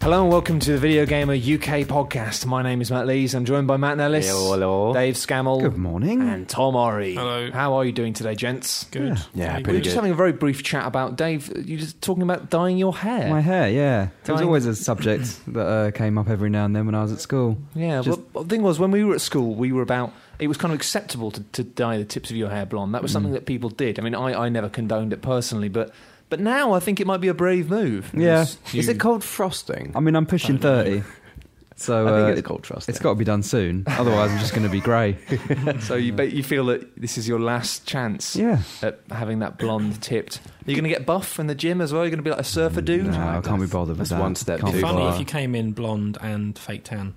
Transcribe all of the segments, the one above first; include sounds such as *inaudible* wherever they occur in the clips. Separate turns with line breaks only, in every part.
Hello and welcome to the Video Gamer UK podcast. My name is Matt Lees. I'm joined by Matt Nellis,
Hello, hello.
Dave Scammell,
Good morning.
and Tom Ory.
Hello.
How are you doing today, gents?
Good.
Yeah,
Very
pretty
Just
good.
having a very brief chat about Dave. You just talking about dyeing your hair.
My hair, yeah. It was
Dying.
always a subject that uh, came up every now and then when I was at school.
yeah.
just-
well, the thing was, when we were at school, we were about. It was kind of acceptable to, to dye the tips of your hair blonde.
Mm.
That was something that people did. I mean, I, I never condoned it personally, but but now I think it might be a brave move.
Yeah.
You-
Is
*laughs*
it called frosting?
I mean, I'm pushing 30. So
I
uh,
think it's
it-
called frosting.
it's got to be done soon. Otherwise, I'm just going to be grey.
So you bet you feel that this is your last chance.
Yeah.
at having that blonde tipped. Are you going to get buff in the gym as well? You're going to be like a surfer dude?
Mm, No, I can't be bothered with
that's
that.
one step
Can't
too
be
Funny
far.
bothered.
if you came in blonde and fake tan.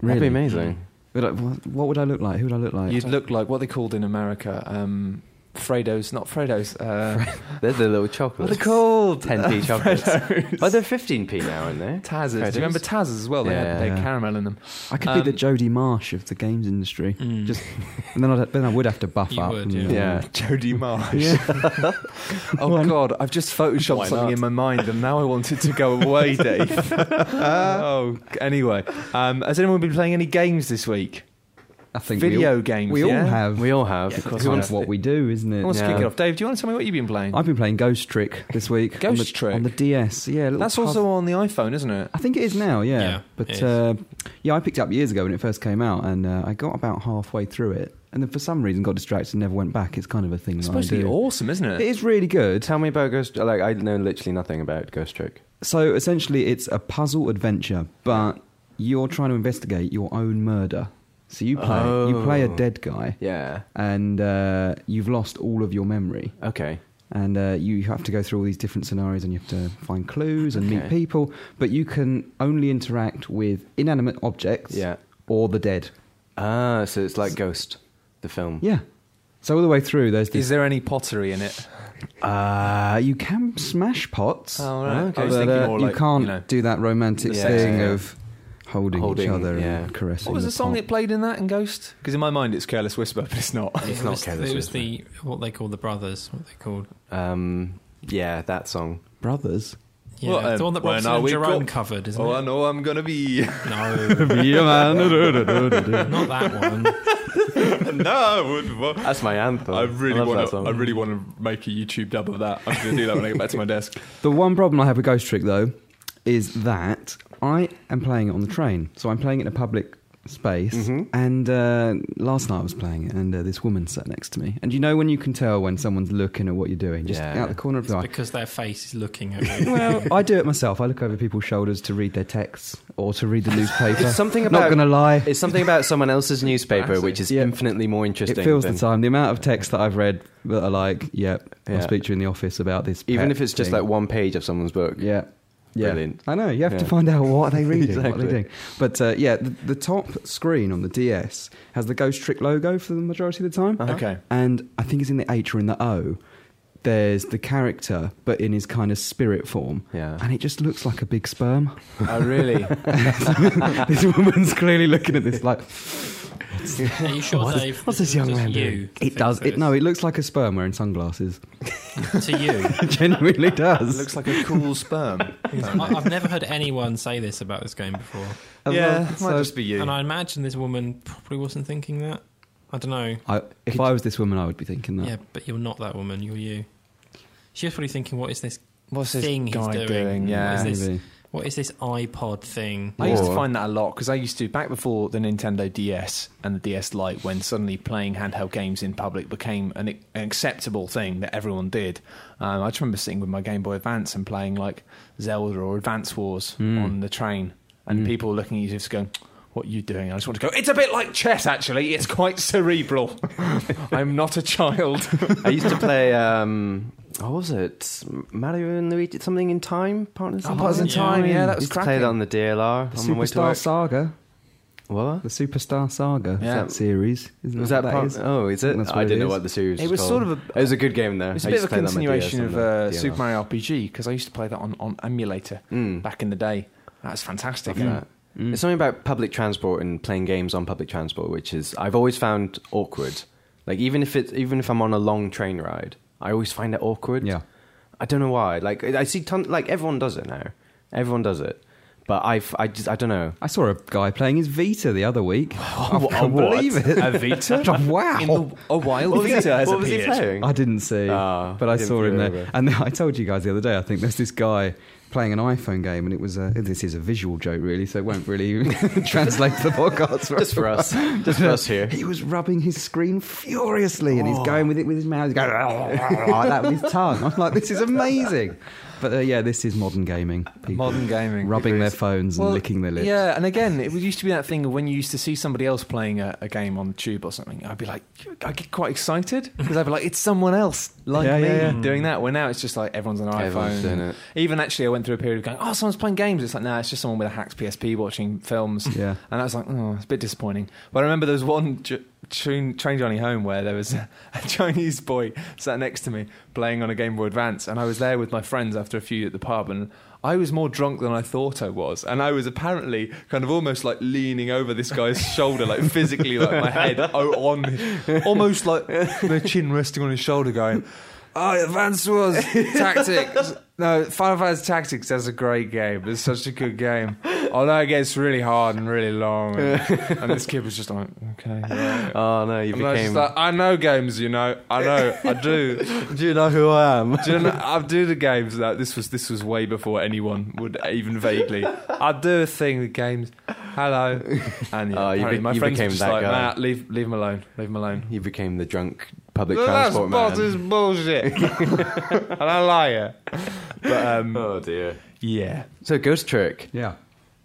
That'd be
Really?
amazing.
But, uh, what- What would I look like? Who would I look like?
You'd look like what they called in America, um, Fredos, not Fredos. Uh,
They're the little
what
chocolates.
are they called?
*laughs* 10p chocolates. Oh, they're 15p now, aren't they?
*laughs* Tazers. Do you remember Tazers as well? They
Yeah.
had, they had
Yeah.
caramel in them.
I could
um,
be the Jodie Marsh of the games industry.
Mm.
Just, and then, I'd, then I would have to buff
You
up.
would,
and-
yeah.
Yeah.
Mm. Jodie Marsh. *laughs* oh
Why not?
God, I've just photoshopped
Why
something
not?
in my mind, and now I want it to go away, Dave. oh, anyway, um, has anyone been playing any games this week?
I think we
Video
all-
games.
We all
yeah?
have.
We all have.
of course
It's
Who
I
kind
wants
of what we do, isn't
I
it?
want to kick
Yeah.
it off. Dave, do you want to tell me what you've been playing?
I've been playing Ghost Trick this week. on the-
Ghost Trick?
on the DS. Yeah, a little
That's
puzzle-
also on the iPhone, isn't it?
I think it is now, yeah.
Yeah, it
but
is.
uh, yeah, I picked it up years ago when it first came out, and uh, I got about halfway through it, and then for some reason got distracted and never went back. It's kind of a thing.
It's
that
supposed
I
to be
do.
awesome, isn't it?
It is really good.
Tell me about Ghost. Like, I know literally nothing about Ghost Trick.
So essentially, it's a puzzle adventure, but you're trying to investigate your own murder. So you play you play a
Oh.
dead guy,
Yeah.
and uh, you've lost all of your memory.
Okay.
and uh, you have to go through all these different scenarios and you have to find clues and meet
Okay.
people but you can only interact with inanimate objects
Yeah.
or the dead
Ah, so it's like Ghost, the film.
yeah so all the way through there's
Is
this
there any pottery in it?
uh, you can smash pots
Oh, right.
but,
I was thinking
uh,
more
you
like,
can't
you know,
do that romantic
Yeah.
thing
Yeah.
of holding,
Holding,
each other
yeah.
and caressing
What was the song
pot.
that played in that in Ghost? Because in my mind it's Careless Whisper, *laughs* but it's not.
It's
it
not
was,
Careless
It was
Whisper.
the what they call the brothers. What they called?
Um, yeah, that song.
brothers
Yeah,
What,
it's
um,
the one that
when
Robson
are
and
we
Jerome
go-
covered, isn't
Oh, I
it?
know I'm gonna be. *laughs*
No,
yeah
not that one.
no, I would. wa-
That's my anthem.
I really
Oh, love
want
that
to.
song.
I really want to make a YouTube dub of that. I'm gonna do that when I get back to my desk.
The one problem I have with Ghost Trick, though, is that I am playing it on the train. So I'm playing it in a public space.
Mm-hmm.
And uh, last night I was playing it, and uh, this woman sat next to me. And you know when you can tell when someone's looking at what you're doing, just
Yeah.
out the corner of the eye.
Because their face is looking
*laughs*
at you.
Well, I do it myself. I look over people's shoulders to read their texts or to read the newspaper.
It's something
Not
about-
gonna lie.
It's something about someone *laughs* else's newspaper, which is
Yeah.
infinitely more
It
interesting.
feels
than,
the time. The amount of texts that I've read that are like, "Yep,
Yeah.
I'll speak to you in the office about this."
Even
pet
if it's just
thing.
like one page of someone's book.
Yeah. Yeah.
Brilliant.
I know. You have to
Yeah.
find out
*laughs*
what are they reading, what are
Exactly.
they doing. But uh, yeah, the, the top screen on the DS has the Ghost Trick logo for the majority of the
Uh-huh.
time.
Okay.
And I think it's in the H or in the O. There's the character, but in his kind of spirit form.
Yeah.
And it just looks like a big sperm. *laughs*
Oh,
*laughs*
really?
this woman's clearly looking
*laughs*
at this like,
Are you sure,
What is- *laughs*
Dave?
what's this young
does
man
you
doing?
think
It does.
that
It, no, it looks like a sperm wearing sunglasses. *laughs*
it's to you.
It
*laughs*
genuinely
it
does.
looks like a cool sperm.
I, I've never heard anyone say this about this game before,
And
yeah,
well,
it might
so
just be you.
and I imagine this woman probably wasn't thinking that. I don't know.
I, if I was this woman, I would be thinking that.
Yeah, but you're not that woman. You're you. She was probably thinking, "What is this?
What's this
thing he's
guy
doing?
doing? Yeah.
What is this?
Maybe.
What is this iPod thing?"
I used to
Or-
find that a lot because I used to back before the Nintendo DS and the DS Lite, when suddenly playing handheld games in public became an, an acceptable thing that everyone did. Um, I just remember sitting with my Game Boy Advance and playing like Zelda or Advance Wars
Hmm.
on the train, and people looking at you just going. What are you doing? I just want to go. It's a bit like chess, actually. It's quite
*laughs*
cerebral. I'm not a child.
I used to play. Um, what was it? Mario and Luigi. Something in Time. Partners.
Oh, Partners in Time, yeah, that was
used to play
cracking.
that on the DLR.
The
on my way to
Superstar
work.
Saga.
What?
The Superstar Saga
Yeah.
that series. Isn't
Was that, part?
is?
Oh, is it?
That's what
I
it
didn't know
is.
what the series.
It
was,
was
called.
sort of a-
It was a good game though.
It's
I
a bit of
used
a
to play that on my DS
continuation
and
of
the
uh,
DLR.
Super Mario RPG because I used to play that on, on emulator
Mm.
back in the day. That's fantastic.
Love that. It's something about public transport and playing games on public transport, which is I've always found awkward. Like even if it's even if I'm on a long train ride, I always find it awkward.
Yeah.
I don't know why. Like I see ton like everyone does it now. Everyone does it. But I've, I just, I don't know.
I saw a guy playing his Vita the other week. I can't
what?
believe it.
A
*laughs*
Vita?
wow.
In the, a wild Vita has
what was he
appeared.
playing?
I didn't see,
Ah,
but I
didn't
saw
feel
him
it
there.
either.
And I told you guys the other day, I think there's this guy playing an iPhone game, and it was a, this is a visual joke, really, so it won't really *laughs* translate to the podcast. very
Just for *laughs*
*laughs*
us. Just for us here.
he was rubbing his screen furiously and he's going with it with his mouth. He's going like that with his tongue. I'm like, this is amazing. But uh, yeah, this is modern gaming. People *laughs*
Modern gaming.
Rubbing their phones and
Well,
licking their lips.
Yeah, and again, it used to be that thing of when you used to see somebody else playing a, a game on the tube or something, I'd be like, I get quite excited because I'd be like, it's someone else like
Yeah,
me
yeah, yeah.
doing that. Where now it's just like everyone's on an
Everyone's
iPhone.
doing it.
Even actually, I went through a period of going, oh, someone's playing games. It's like, no, it's just someone with a hacked PSP watching films.
Yeah.
And I was like, oh, it's a bit disappointing. But I remember there was one j- train, train journey home where there was *laughs* a, Chinese boy sat next to me playing on a Game Boy Advance, and I was there with my friends after a few at the pub, and I was more drunk than I thought I was, and I was apparently kind of almost like leaning over this guy's shoulder, like physically, like my head o- on, his- almost like the chin resting on his shoulder, going. Oh, Advance Wars Tactics. No, Final Fantasy Tactics. That's a great game. It's such a good game. *laughs* Although Oh, it gets really hard and really long. And, and this kid was just like, okay. right.
Oh, no, you
And I was just
became.
like, I know games, you know. I know. I do.
Do you know who I am?
Do you know, I do the games. That this was this was way before anyone would even vaguely. I do a thing with games. Hello. And yeah,
Oh, you
apparently
be-
my
you
friends were
became
just
that
like,
guy.
Matt, leave leave him alone. Leave him alone.
*laughs* You became the drunk public
That's
transport man.
bull- this is
*laughs*
bullshit. I don't like it. But um,
Oh, dear.
yeah.
So, Ghost Trick.
Yeah.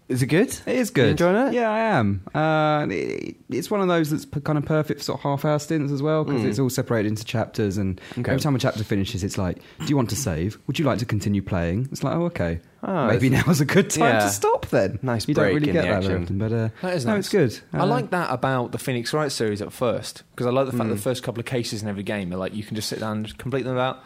Is it good?
It is good.
You enjoying it?
Yeah, I am. Uh, it, it's one of those that's p- kind of perfect for sort of half-hour stints as well because it's all separated into chapters, and
Okay.
every time a chapter finishes, it's like, "Do you want to save? Would you like to continue playing?" It's like, "Oh, okay,
Ah,
maybe *laughs* now's a good time
yeah.
to stop." Then
Nice
You
break
don't really
in
get
the
that very
action.
often, but uh,
That is
no,
nice.
it's good.
I
Uh,
like that about the Phoenix Wright series at first because I like the fact
Mm.
that the first couple of cases in every game are like you can just sit down and just complete them in about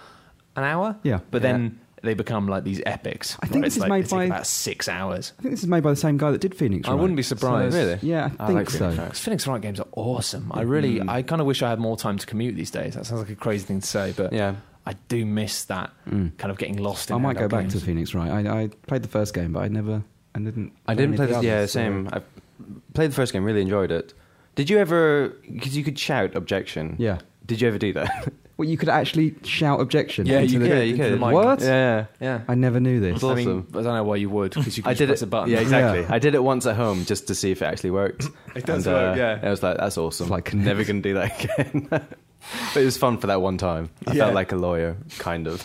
an hour.
Yeah.
but
Yeah.
then they become like these epics.
I think
where
this
it's
is
like,
made
they take
by-
about six hours.
I think this is made by the same guy that did Phoenix.
I
Wright.
wouldn't be surprised.
Really?
Yeah, I,
I
think
like
so.
Phoenix Wright.
'Cause Phoenix Wright games are awesome. I really,
Mm.
I kind of wish I had more time to commute these days. That sounds like a crazy thing to say, but
Yeah.
I do miss that kind of getting lost. in
Mm. I might go
handheld
back
games.
to Phoenix Wright. I, I played the first game, but I never, I didn't.
I didn't
any
play
of
the
the
yeah
others, so-
same. I played the first game, really enjoyed it. Did you ever? Because you could shout objection.
Yeah.
Did you ever
*laughs*
do that?
Well, you could actually shout objection.
Yeah,
into
you
the-
could.
yeah, you
into the
could.
mic.
What?
Yeah.
Yeah,
I never knew this.
It's
I mean,
awesome.
I don't know why you would because you can
I
just
did
press
it.
a button.
Yeah, exactly.
Yeah.
I did it once at home just to see if it actually worked.
*laughs* It does
uh,
work, yeah.
I was like, that's awesome.
It's
*laughs*
like-
never gonna do that again. *laughs* but it was fun for that one time. I
Yeah.
felt like a lawyer, kind of.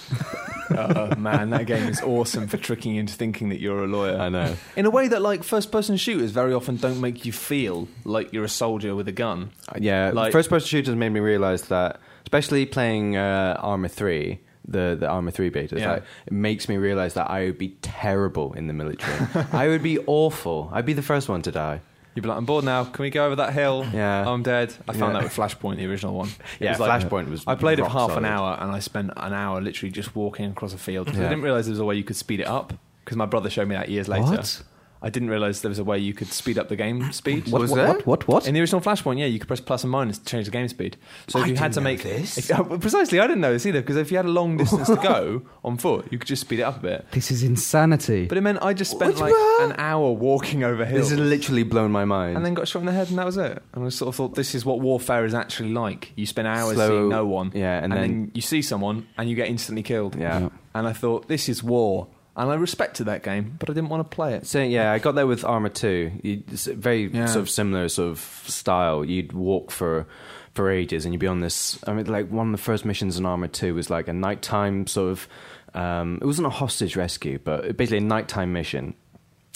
oh man, that game is awesome for tricking you into thinking that you're a lawyer.
I know.
In a way that like first-person shooters very often don't make you feel like you're a soldier with a gun.
Yeah,
Like-
first person shooters made me realize that, especially playing uh, Armor 3, the, the Armor 3 beta, it's
Yeah.
like, it makes me realize that I would be terrible in the military. *laughs* I would be awful. I'd be the first one to die.
You'd be like, I'm bored now. Can we go over that hill?
Yeah.
I'm dead. I found
Yeah.
that with Flashpoint, the original one. It
Yeah,
was like-
Flashpoint was
I played it for
rock
half an
solid.
hour, and I spent an hour literally just walking across a field. 'Cause I
Yeah.
didn't realize there was a way you could speed it up. Because my brother showed me that years later.
What?
I didn't realize there was a way you could speed up the game speed.
What,
Was
what,
there?
what? What? What?
In the original Flashpoint, yeah, you could press plus and minus to change the game speed. So if
I
you had
didn't
to
know
make *laughs*
this.
if- uh, precisely, I didn't know this either because if you had a long distance to
*laughs*
go on foot, you could just speed it up a bit.
This is insanity.
But it meant I just spent
Which
like
one?
an hour walking over hills
This has literally blown my mind.
and then got shot in the head, and that was it. And I sort of thought this is what warfare is actually like. You spend hours
Slow-
seeing no one,
yeah, and
then,
then-
you see someone and you get instantly killed.
Yeah. Yeah.
And I thought this is war, and I respected that game, but I didn't want to play it.
So yeah, I got there with Armor Two. You- It's a very
Yeah.
sort of similar sort of style. You'd walk for for ages, and you'd be on this. I mean, like one of the first missions in Armor Two was like a nighttime sort of. Um, it wasn't a hostage rescue, but basically a nighttime mission.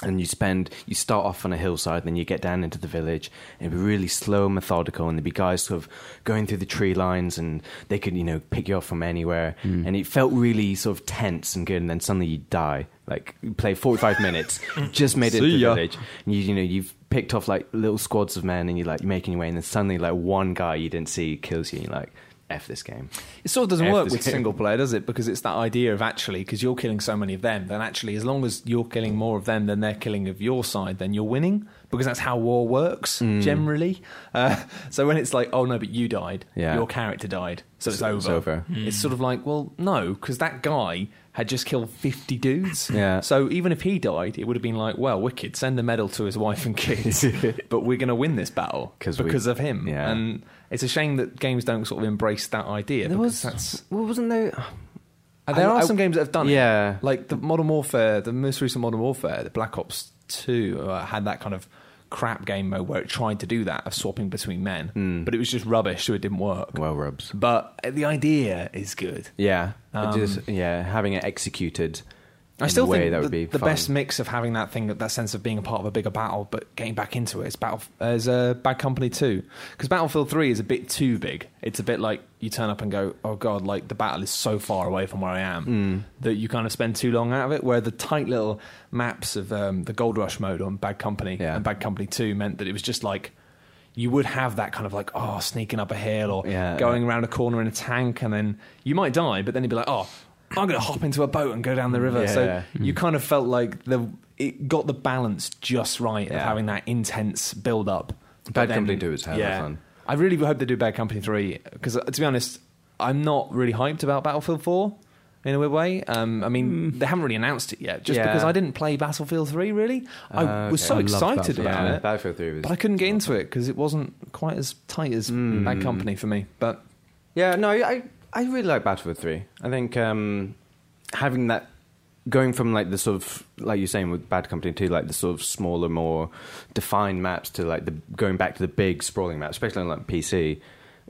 And you spend, you start off on a hillside, then you get down into the village, and it'd be really slow and methodical. And there'd be guys sort of going through the tree lines, and they could, you know, pick you up from anywhere.
Mm.
And it felt really sort of tense and good. And then suddenly you die. Like, you play 45
*laughs*
minutes, just made it to
See
the
ya.
village. And you, you know, you've picked off like little squads of men, and you're like, you're making your way. And then suddenly, like, one guy you didn't see kills you, and you're like, F this game.
It sort of doesn't
F
work
this
with
game.
single player, does it? Because it's that idea of actually, because you're killing so many of them, then actually, as long as you're killing more of them than they're killing of your side, then you're winning. because that's how war works
Mm.
generally. Uh, *laughs* so when it's like, oh no, but you died,
Yeah.
your character died, so it's
So
over.
it's over.
It's sort of like, well, no, because that guy had just killed fifty dudes.
Yeah.
So even if he died, it would have been like, well, wicked, send a medal to his wife and
*laughs*
kids, but we're going to win this battle
'Cause we-
because of him.
Yeah.
And it's a shame that games don't sort of embrace that idea.
There
because
was.
that's
Well, wasn't there?
oh, and there
I-
are
I-
some games that have done it.
Yeah.
Like the Modern Warfare, the most recent Modern Warfare, the Black Ops 2, uh, had that kind of crap game mode where it tried to do that of swapping between men,
Hmm.
but it was just rubbish, so it didn't work.
Well, rubs.
But uh, the idea is good.
Yeah. It
Um,
just yeah, having it executed.
I
in
still
a way
think
that
the,
would be
the
fun.
best mix of having that thing, that sense of being a part of a bigger battle, but getting back into it is Battle uh, is uh, Bad Company Two, because Battlefield Three is a bit too big. It's a bit like you turn up and go, "Oh God!" Like the battle is so far away from where I
Hmm.
am that you kind of spend too long out of it. Where the tight little maps of um, the Gold Rush mode on Bad Company
Yeah.
and Bad Company Two meant that it was just like. You would have that kind of like, oh, sneaking up a hill or
Yeah.
going around a corner in a tank, and then you might die, but then you'd be like, oh, I'm going to hop into a boat and go
Hmm.
down the river. So
Yeah.
you kind of felt like the it got the balance just right of
Yeah.
having that intense build up.
Bad Company 2 is hell of fun.
I really hope they do Bad Company 3 because, to be honest, I'm not really hyped about Battlefield 4 in a weird way. Um, I mean, they haven't really announced it yet just
Mm. Yeah.
because I didn't play Battlefield 3 really. I
Uh,
was
okay.
so
I
loved
excited
Battlefield.
about
Yeah,
it,
Battlefield 3 was.
but I couldn't get into it because it wasn't quite as tight as Bad
Mm.
Company for me. But
Yeah, no, I I really like Battlefield Three. I think um, having that going from like the sort of like you're saying with Bad Company to like the sort of smaller, more defined maps to like the going back to the big sprawling maps, especially on like PC,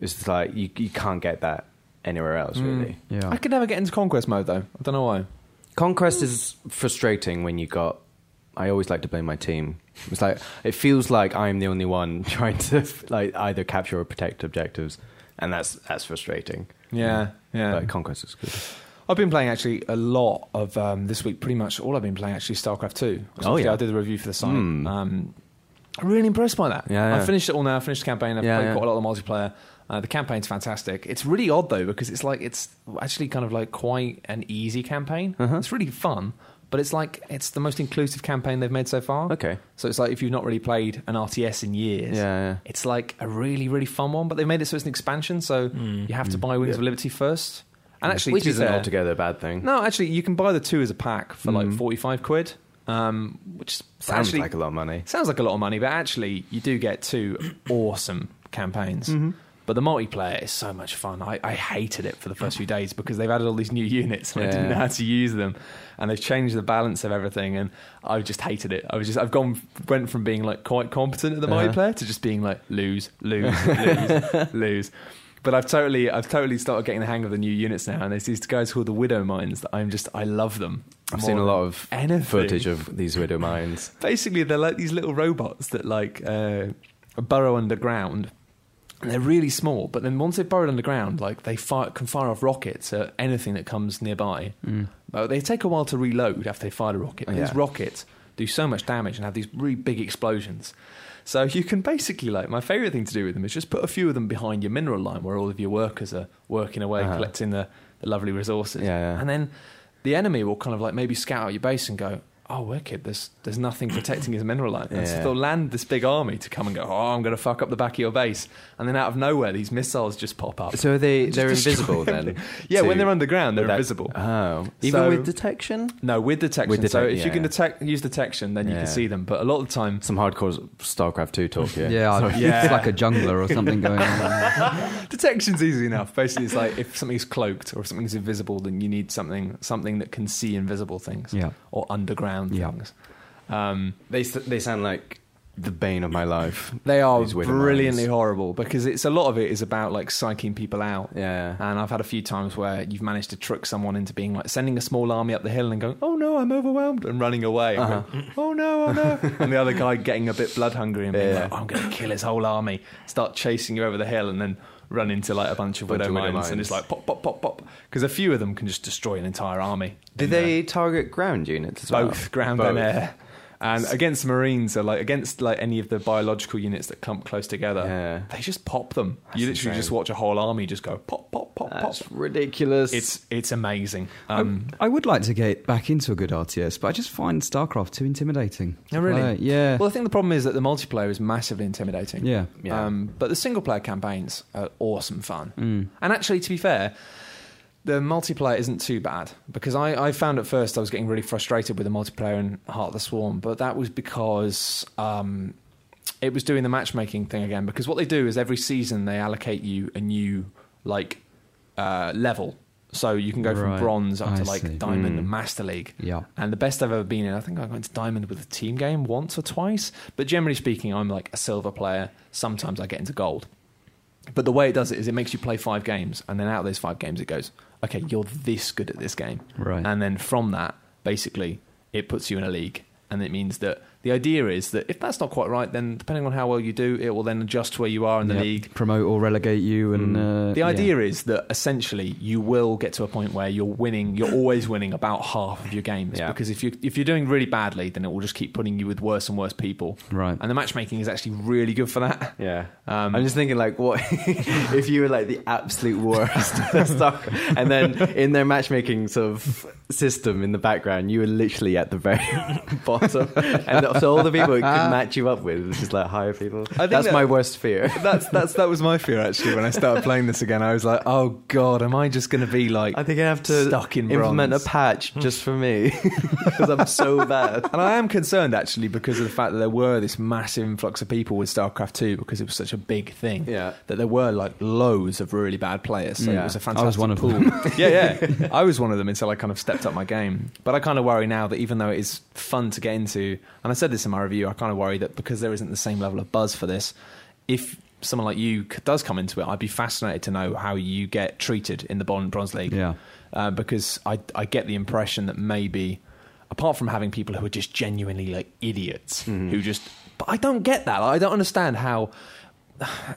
is just like you you can't get that anywhere else really.
Yeah.
I could never get into Conquest mode though. I don't know why.
Conquest is frustrating when you got. I always like to blame my team. It's like it feels like I'm the only one *laughs* trying to like either capture or protect objectives, and that's that's frustrating.
Yeah, yeah.
But Conquest is good.
I've been playing actually a lot of um, this week. Pretty much all I've been playing actually is StarCraft Two.
Oh, yeah.
I did the review for the site.
Hmm.
Um, I'm really impressed by that.
Yeah,
I
yeah.
finished it all now. I finished the campaign. I've
Yeah,
played
yeah.
quite a lot of the multiplayer. Uh, the campaign's fantastic. It's really odd though because it's like it's actually kind of like quite an easy campaign.
Uh-huh.
It's really fun, but it's like it's the most inclusive campaign they've made so far.
Okay.
So it's like if you've not really played an RTS in years,
Yeah, yeah.
it's like a really really fun one. But they've made it so it's an expansion, so
Hmm.
you have to buy Wings of Liberty first. And actually,
which
to be
isn't
fair-
altogether a bad thing. Hmm.
no, actually, you can buy the two as a pack for like forty-five quid, um, which
Sounds
actually,
like a lot of money.
sounds like a lot of money, but actually, you do get two *clears throat* awesome campaigns.
Mm-hmm.
But the multiplayer is so much fun. I, I hated it for the first few days because they've added all these new units and I didn't
Yeah.
know how to use them, and they've changed the balance of everything, and I just hated it. I was just I've gone went from being like quite competent at the
Uh-huh.
multiplayer to just being like lose, lose,
*laughs*
lose, lose. But I've totally I've totally started getting the hang of the new units now, and there's these guys called the Widow Mines that I'm just I love them.
I've seen a
more
lot of
than anything
footage of these widow mines.
basically they're like these little robots that like uh, burrow underground and they're really small but then once they've burrowed underground like they fire, can fire off rockets at anything that comes nearby but they take a while to reload after they fire a rocket but
Mm. Yeah.
these rockets do so much damage and have these really big explosions so you can basically like my favorite thing to do with them is just put a few of them behind your mineral line where all of your workers are working away
Uh-huh.
collecting the, the lovely resources
Yeah, yeah.
and then the enemy will kind of like maybe scout out your base and go, "Oh, wicked! There's there's nothing protecting his mineral line." And so
Yeah.
they'll land this big army to come and go, "Oh, I'm going to fuck up the back of your base," and then out of nowhere, these missiles just pop up.
So are they
Just
they're
destroy
invisible then?
everything. Yeah, when
to-
they're underground, they're
that-
invisible.
Oh, even
So-
with detection.
no, with detection.
With
so
detect-
if you can
yeah.
detect, use detection, then you
Yeah.
can see them. But a lot of the time,
Some hardcore StarCraft two talk here.
yeah, I-
Yeah.
*laughs* it's like a jungler or something
*laughs*
going on.
detection's easy enough. Basically, it's like if something's cloaked or if something's invisible, then you need something something that can see invisible things
Yeah.
or underground
Yeah.
things. Um,
they s- they sound like the bane of my life.
They are
These widow
brilliantly
mines.
horrible because it's a lot of it is about like psyching people out.
Yeah.
And I've had a few times where you've managed to trick someone into being like sending a small army up the hill and going, "Oh no, I'm overwhelmed," and running away. And
Uh-huh.
going, oh no, oh no!
*laughs*
and the other guy getting a bit blood hungry and being
Yeah.
like, "I'm going to kill his whole army." Start chasing you over the hill and then run into like a bunch of
Bunch
widow,
of widow
mines, and it's
mines.
like pop, pop, pop, pop. Because a few of them can just destroy an entire army.
Do
in, uh,
they target ground units as well?
both ground and air? And against Marines, or like against like any of the biological units that clump close together,
Yeah.
they just pop them. you
That's
literally just
insane.
watch a whole army just go pop, pop, pop,
That's Oh,
pop.
ridiculous.
It's it's amazing. Um,
I would like to get back into a good RTS, but I just find StarCraft too intimidating. to
Oh, really?
play. Yeah.
well, I think the problem is that the multiplayer is massively intimidating.
yeah.
Yeah.
Um, but the single player campaigns are awesome fun.
Mm.
And actually, to be fair, the multiplayer isn't too bad because I, I found at first I was getting really frustrated with the multiplayer in Heart of the Swarm, but that was because um, it was doing the matchmaking thing again. Because what they do is every season they allocate you a new like uh, level, so you can go from
Right.
bronze up
I
to like
see.
diamond
Mm.
and master league.
Yeah.
And the best I've ever been in, I think I went to Diamond with a team game once or twice. But generally speaking, I'm like a silver player. Sometimes I get into gold. But the way it does it is it makes you play five games. And then out of those five games, it goes, okay, you're this good at this game.
Right.
And then from that, basically, it puts you in a league. And it means that the idea is that if that's not quite right, then depending on how well you do, it will then adjust where you are in the
Yeah.
league. Mm.
Promote or relegate you, and uh,
The
yeah.
idea is that essentially you will get to a point where you're winning. You're always winning about half of your games
Yeah.
because if you if you're doing really badly, then it will just keep putting you with worse and worse people.
Right.
And the matchmaking is actually really good for that.
Yeah,
Um,
I'm just thinking like, what *laughs* if you were like the absolute worst *laughs* at stock, and then in their matchmaking sort of system in the background, you were literally at the very *laughs* bottom, and so all the people it could
*laughs*
match you up with is just like higher people.
think
That's
that-
my worst fear.
*laughs* That's that's that was my fear actually when I started playing this again. I was like, oh god, am I just going to be like?
I think I have to
Stuck in
implement
bronze.
a patch just for me *laughs* because I'm so
*laughs*
bad.
and I am concerned actually because of the fact that there were this massive influx of people with StarCraft 2 because it was such a big thing.
Yeah.
That there were like loads of really bad players. So it
Yeah.
was a
I was
fantastic
one of
pool.
them.
*laughs* yeah, yeah. I was one of them until I kind of stepped up my game. But I kind of worry now that even though it is fun to get into, and I said this in my review, I kind of worry that because there isn't the same level of buzz for this, if someone like you c- does come into it, I'd be fascinated to know how you get treated in the Bond Bronze League
*laughs* Yeah.
uh, because I, I get the impression that maybe, apart from having people who are just genuinely like idiots,
Mm-hmm.
who just, but I don't get that. I don't understand how.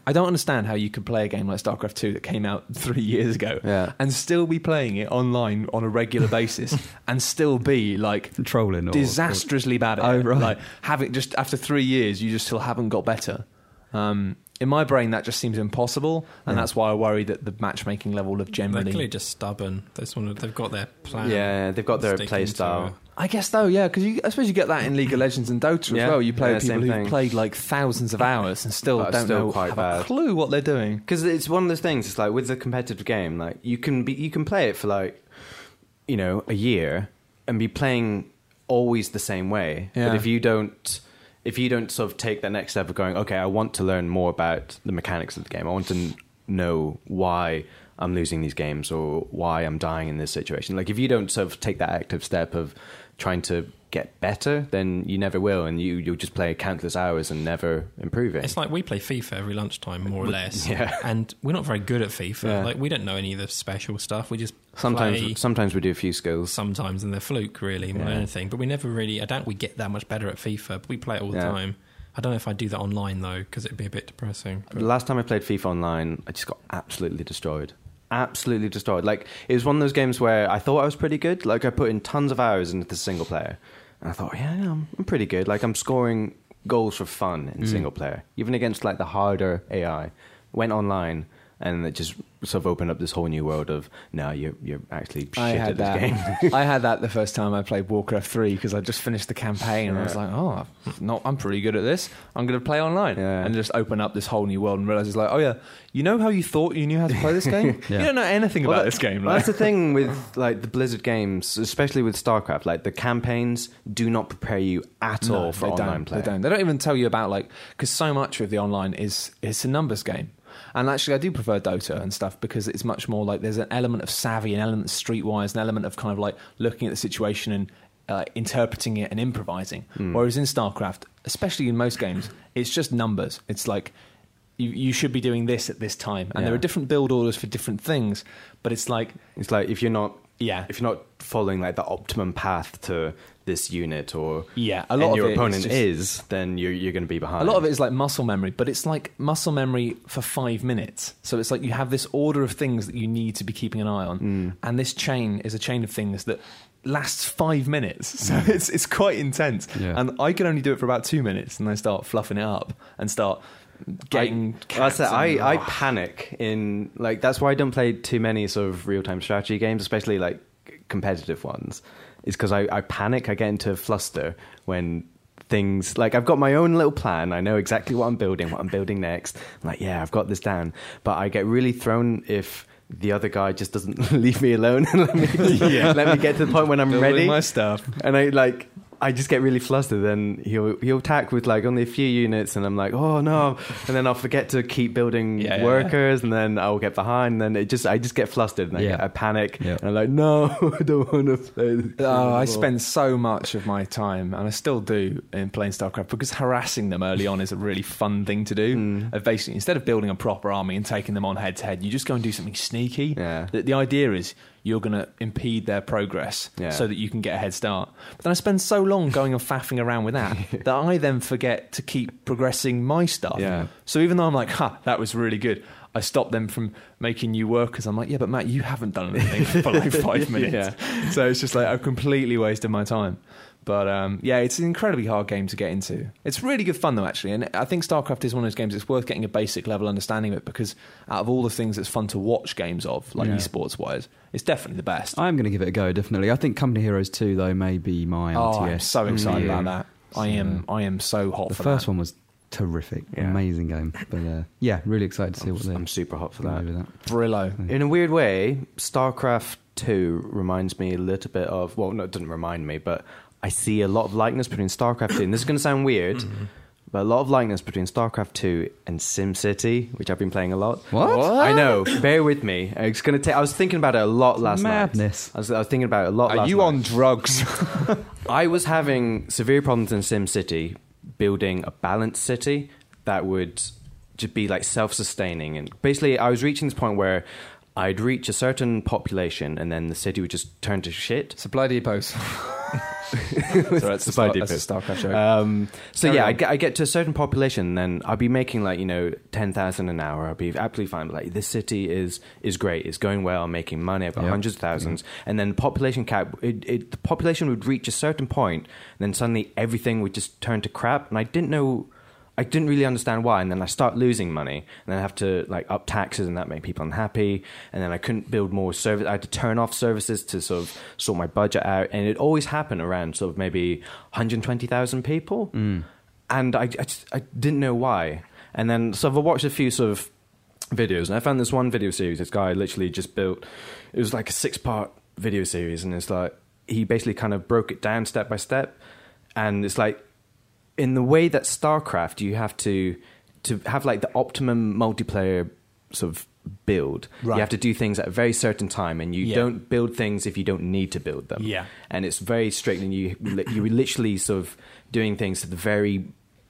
I don't understand how you could play a game like StarCraft 2 that came out three years ago
Yeah.
and still be playing it online on a
*laughs*
regular basis and still be like
Trolling or-
disastrously bad at
Oh,
it.
right.
Like having just after three years, you just still haven't got better. Um, in my brain, that just seems impossible, and that's why I worry that the matchmaking level of
They're
generally
clearly just stubborn. They just want to, they've got their plan.
Yeah, they've got their
Stick
play
into
style.
I guess though, yeah, because I suppose you get that in League of Legends and Dota
Yeah,
as well. You play
yeah,
with people
same
who've
thing.
played like thousands of hours and still
But
don't
still
know
quite
have a
bad.
clue what they're doing.
because it's one of those things. It's like with the competitive game, like you can be you can play it for like you know a year and be playing always the same way.
Yeah.
But if you don't if you don't sort of take that next step of going, okay, I want to learn more about the mechanics of the game. I want to n- know why I'm losing these games or why I'm dying in this situation. Like if you don't sort of take that active step of trying to get better, then you never will, and you you'll just play countless hours and never improving.
It's like we play FIFA every lunchtime, more or less.
yeah.
And we're not very good at FIFA.
Yeah.
Like we don't know any of the special stuff. We just
Sometimes,
play
sometimes we do a few skills.
sometimes and they're fluke really more than
Yeah.
anything. But we never really. I doubt we get that much better at FIFA. But we play it all the
Yeah.
time. I don't know if I do that online though because it'd be a bit depressing.
The last time I played FIFA Online, I just got absolutely destroyed. Absolutely destroyed. Like it was one of those games where I thought I was pretty good. Like I put in tons of hours into the single player, and I thought, yeah, I'm, I'm pretty good. Like I'm scoring goals for fun
Mm.
in single player, even against like the harder AI. Went online, and it just sort of opened up this whole new world of no, you're you're actually shit
I had
at
*laughs*
this game.
that. I had that the first time I played Warcraft Three because I just finished the campaign and I was
Yeah.
like, oh, I've not, I'm pretty good at this. I'm going to play online
Yeah.
and just open up this whole new world and realize it's like, oh yeah, you know how you thought you knew how to
*laughs*
play this game?
Yeah.
You don't know anything
Well,
about
that-
this game.
well,
Like.
that's the thing with like the Blizzard games, especially with StarCraft. Like the campaigns do not prepare you at all for
they
online
don't,
play.
They don't. They don't even tell you about like because so much of the online is it's a numbers game. And actually, I do prefer Dota and stuff because it's much more like there's an element of savvy, an element of streetwise, an element of kind of like looking at the situation and uh, interpreting it and improvising.
Hmm.
Whereas in StarCraft, especially in most games, it's just numbers. It's like you, you should be doing this at this time, and there
Yeah.
are different build orders for different things. But it's like
It's like if you're not
Yeah.
if you're not following like the optimum path to this unit or
Yeah, a
and
lot of
your
it is
opponent
just-
is, then you're you're going to be behind.
A lot of it is like muscle memory, but it's like muscle memory for five minutes. So it's like you have this order of things that you need to be keeping an eye on,
Mm.
and this chain is a chain of things that lasts five minutes. *laughs* So it's it's quite intense,
Yeah.
and I can only do it for about two minutes, and I start fluffing it up and start getting.
I, that's
cats
it.
and-
I, I
*laughs*
panic in like that's why I don't play too many sort of real time strategy games, especially like competitive ones. Is because I, I panic, I get into a fluster when things like I've got my own little plan. I know exactly what I'm building, what I'm building next. I'm like, yeah, I've got this down. But I get really thrown if the other guy just doesn't *laughs* leave me alone and let me let me get to the point when *laughs* I'm
Building
ready
my stuff.
and I like I just get really flustered. Then he'll he'll attack with like only a few units, and I'm like, oh no! And then I'll forget to keep building
Yeah, yeah,
workers, and then I'll get behind. And then it just I just get flustered, and I,
Yeah.
get- I panic,
Yeah.
and I'm like, no, *laughs* I don't want to play. This
Oh, I
anymore."
spend so much of my time, and I still do, in playing StarCraft because harassing them early on is a really fun thing to do.
Hmm.
Of basically, instead of building a proper army and taking them on head to head, you just go and do something sneaky.
Yeah.
The, the idea is you're going to impede their progress
Yeah.
so that you can get a head start. But then I spend so long going and faffing around with
*laughs*
that that I then forget to keep progressing my stuff.
Yeah.
So even though I'm like, ha, that was really good. I stop them from making you workers. I'm like, yeah, but Matt, you haven't done *laughs* anything for like five minutes
Yeah.
so it's just like I've completely wasted my time. But um, yeah, it's an incredibly hard game to get into. It's really good fun though, actually, and I think StarCraft is one of those games that's worth getting a basic level understanding of it because out of all the things that's fun to watch games of, like
Yeah.
esports wise, it's definitely the best.
I'm going to give it a go, definitely. I think Company Heroes 2, though, may be my
oh,
RTS.
I'm so excited
Yeah.
about that. I am, I am so hot
The
for
first
that.
one was terrific,
Yeah.
amazing game. But uh, yeah, really excited to see what they
I'm super hot for
come
that.
over that.
Brillo.
In a weird way, StarCraft 2 reminds me a little bit of, well, no, it doesn't remind me, but I see a lot of likeness between StarCraft 2, and this is going to sound weird, but a lot of likeness between StarCraft 2 and SimCity, which I've been playing a lot.
What? What?
I know, bear with me. It's gonna ta- I was thinking about it a lot last
Madness.
night. I was, I was thinking about it a lot
Are
last
you
night.
on *laughs* drugs?
I was having severe problems in SimCity building a balanced city that would just be like self sustaining. And basically, I was reaching this point where I'd reach a certain population and then the city would just turn to shit.
Supply depots. *laughs* Sorry, Uh, that's, a
Supply
Star, that's a StarCraft joke.
Um, so
Carry
yeah,
on.
I get, I get to a certain population, then I'll be making like you know ten thousand an hour. I'll be absolutely fine. Like this city is is great, it's going well, I'm making money, I've got
Yeah.
hundreds of thousands. And then the population cap, it, it, the population would reach a certain point, and then suddenly everything would just turn to crap. And I didn't know. I didn't really understand why, and then I start losing money, and then I have to like up taxes, and that made people unhappy, and then I couldn't build more service. I had to turn off services to sort of sort my budget out, and it always happened around sort of maybe 120,000 people, and I, I, just- I didn't know why. And then so I've watched a few sort of videos, and I found this one video series. This guy literally just built. It was like a six part video series, and it's like he basically kind of broke it down step by step, and it's like in the way that StarCraft, you have to to have like the optimum multiplayer sort of build.
Right.
You have to do things at a very certain time, and you
Yeah.
don't build things if you don't need to build them.
Yeah.
and it's very strict, and you you were literally sort of doing things to the very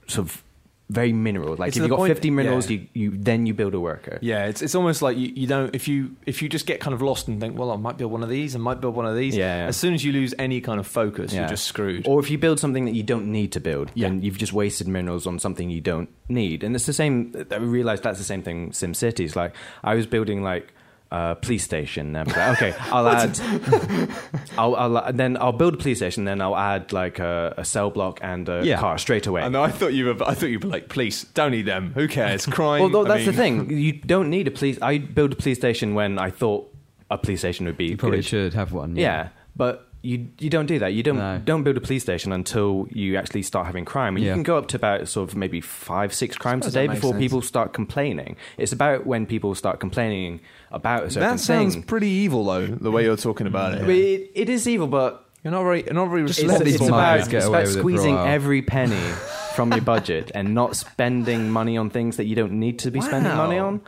sort of very mineral. Like
It's
if
the
you got
point-
fifty minerals,
yeah.
you, you then you build a worker.
Yeah, it's it's almost like you, you don't if you if you just get kind of lost and think, well, I might build one of these, I might build one of these.
Yeah, yeah.
As soon as you lose any kind of focus,
Yeah.
you're just screwed.
Or if you build something that you don't need to build, then
Yeah.
you've just wasted minerals on something you don't need. And it's the same. I realized that's the same thing. Sim cities. Like I was building like a police station. And I was like,
*laughs*
okay, I'll add. *laughs* I'll, I'll then I'll build a police station. Then I'll add like a, a cell block and a
Yeah.
car straight away.
and I thought you were I thought you were like, police, don't need them. Who cares?
*laughs*
Crime.
Although
I
that's the
mean-
thing, you don't need a police. I built a police station when I thought a police station would be
*laughs*
You probably
good.
should have one.
Yeah. but you you don't do that. You don't
No.
don't build a police station until you actually start having crime. And you
Yeah.
can go up to about sort of maybe five six crimes a
Suppose
day
that makes
before
sense.
people start complaining. It's about when people start complaining about a certain
That sounds
thing.
pretty evil though, the way you're talking about
I
it.
mean, it, it is evil, but
You're not very you're not very
Just
it's,
let
responsible.
these
it's about,
miners
it's
get away
about
with it for a
squeezing
while.
every penny
*laughs*
from your budget and not spending money on things that you don't need to be spending
Wow.
money on.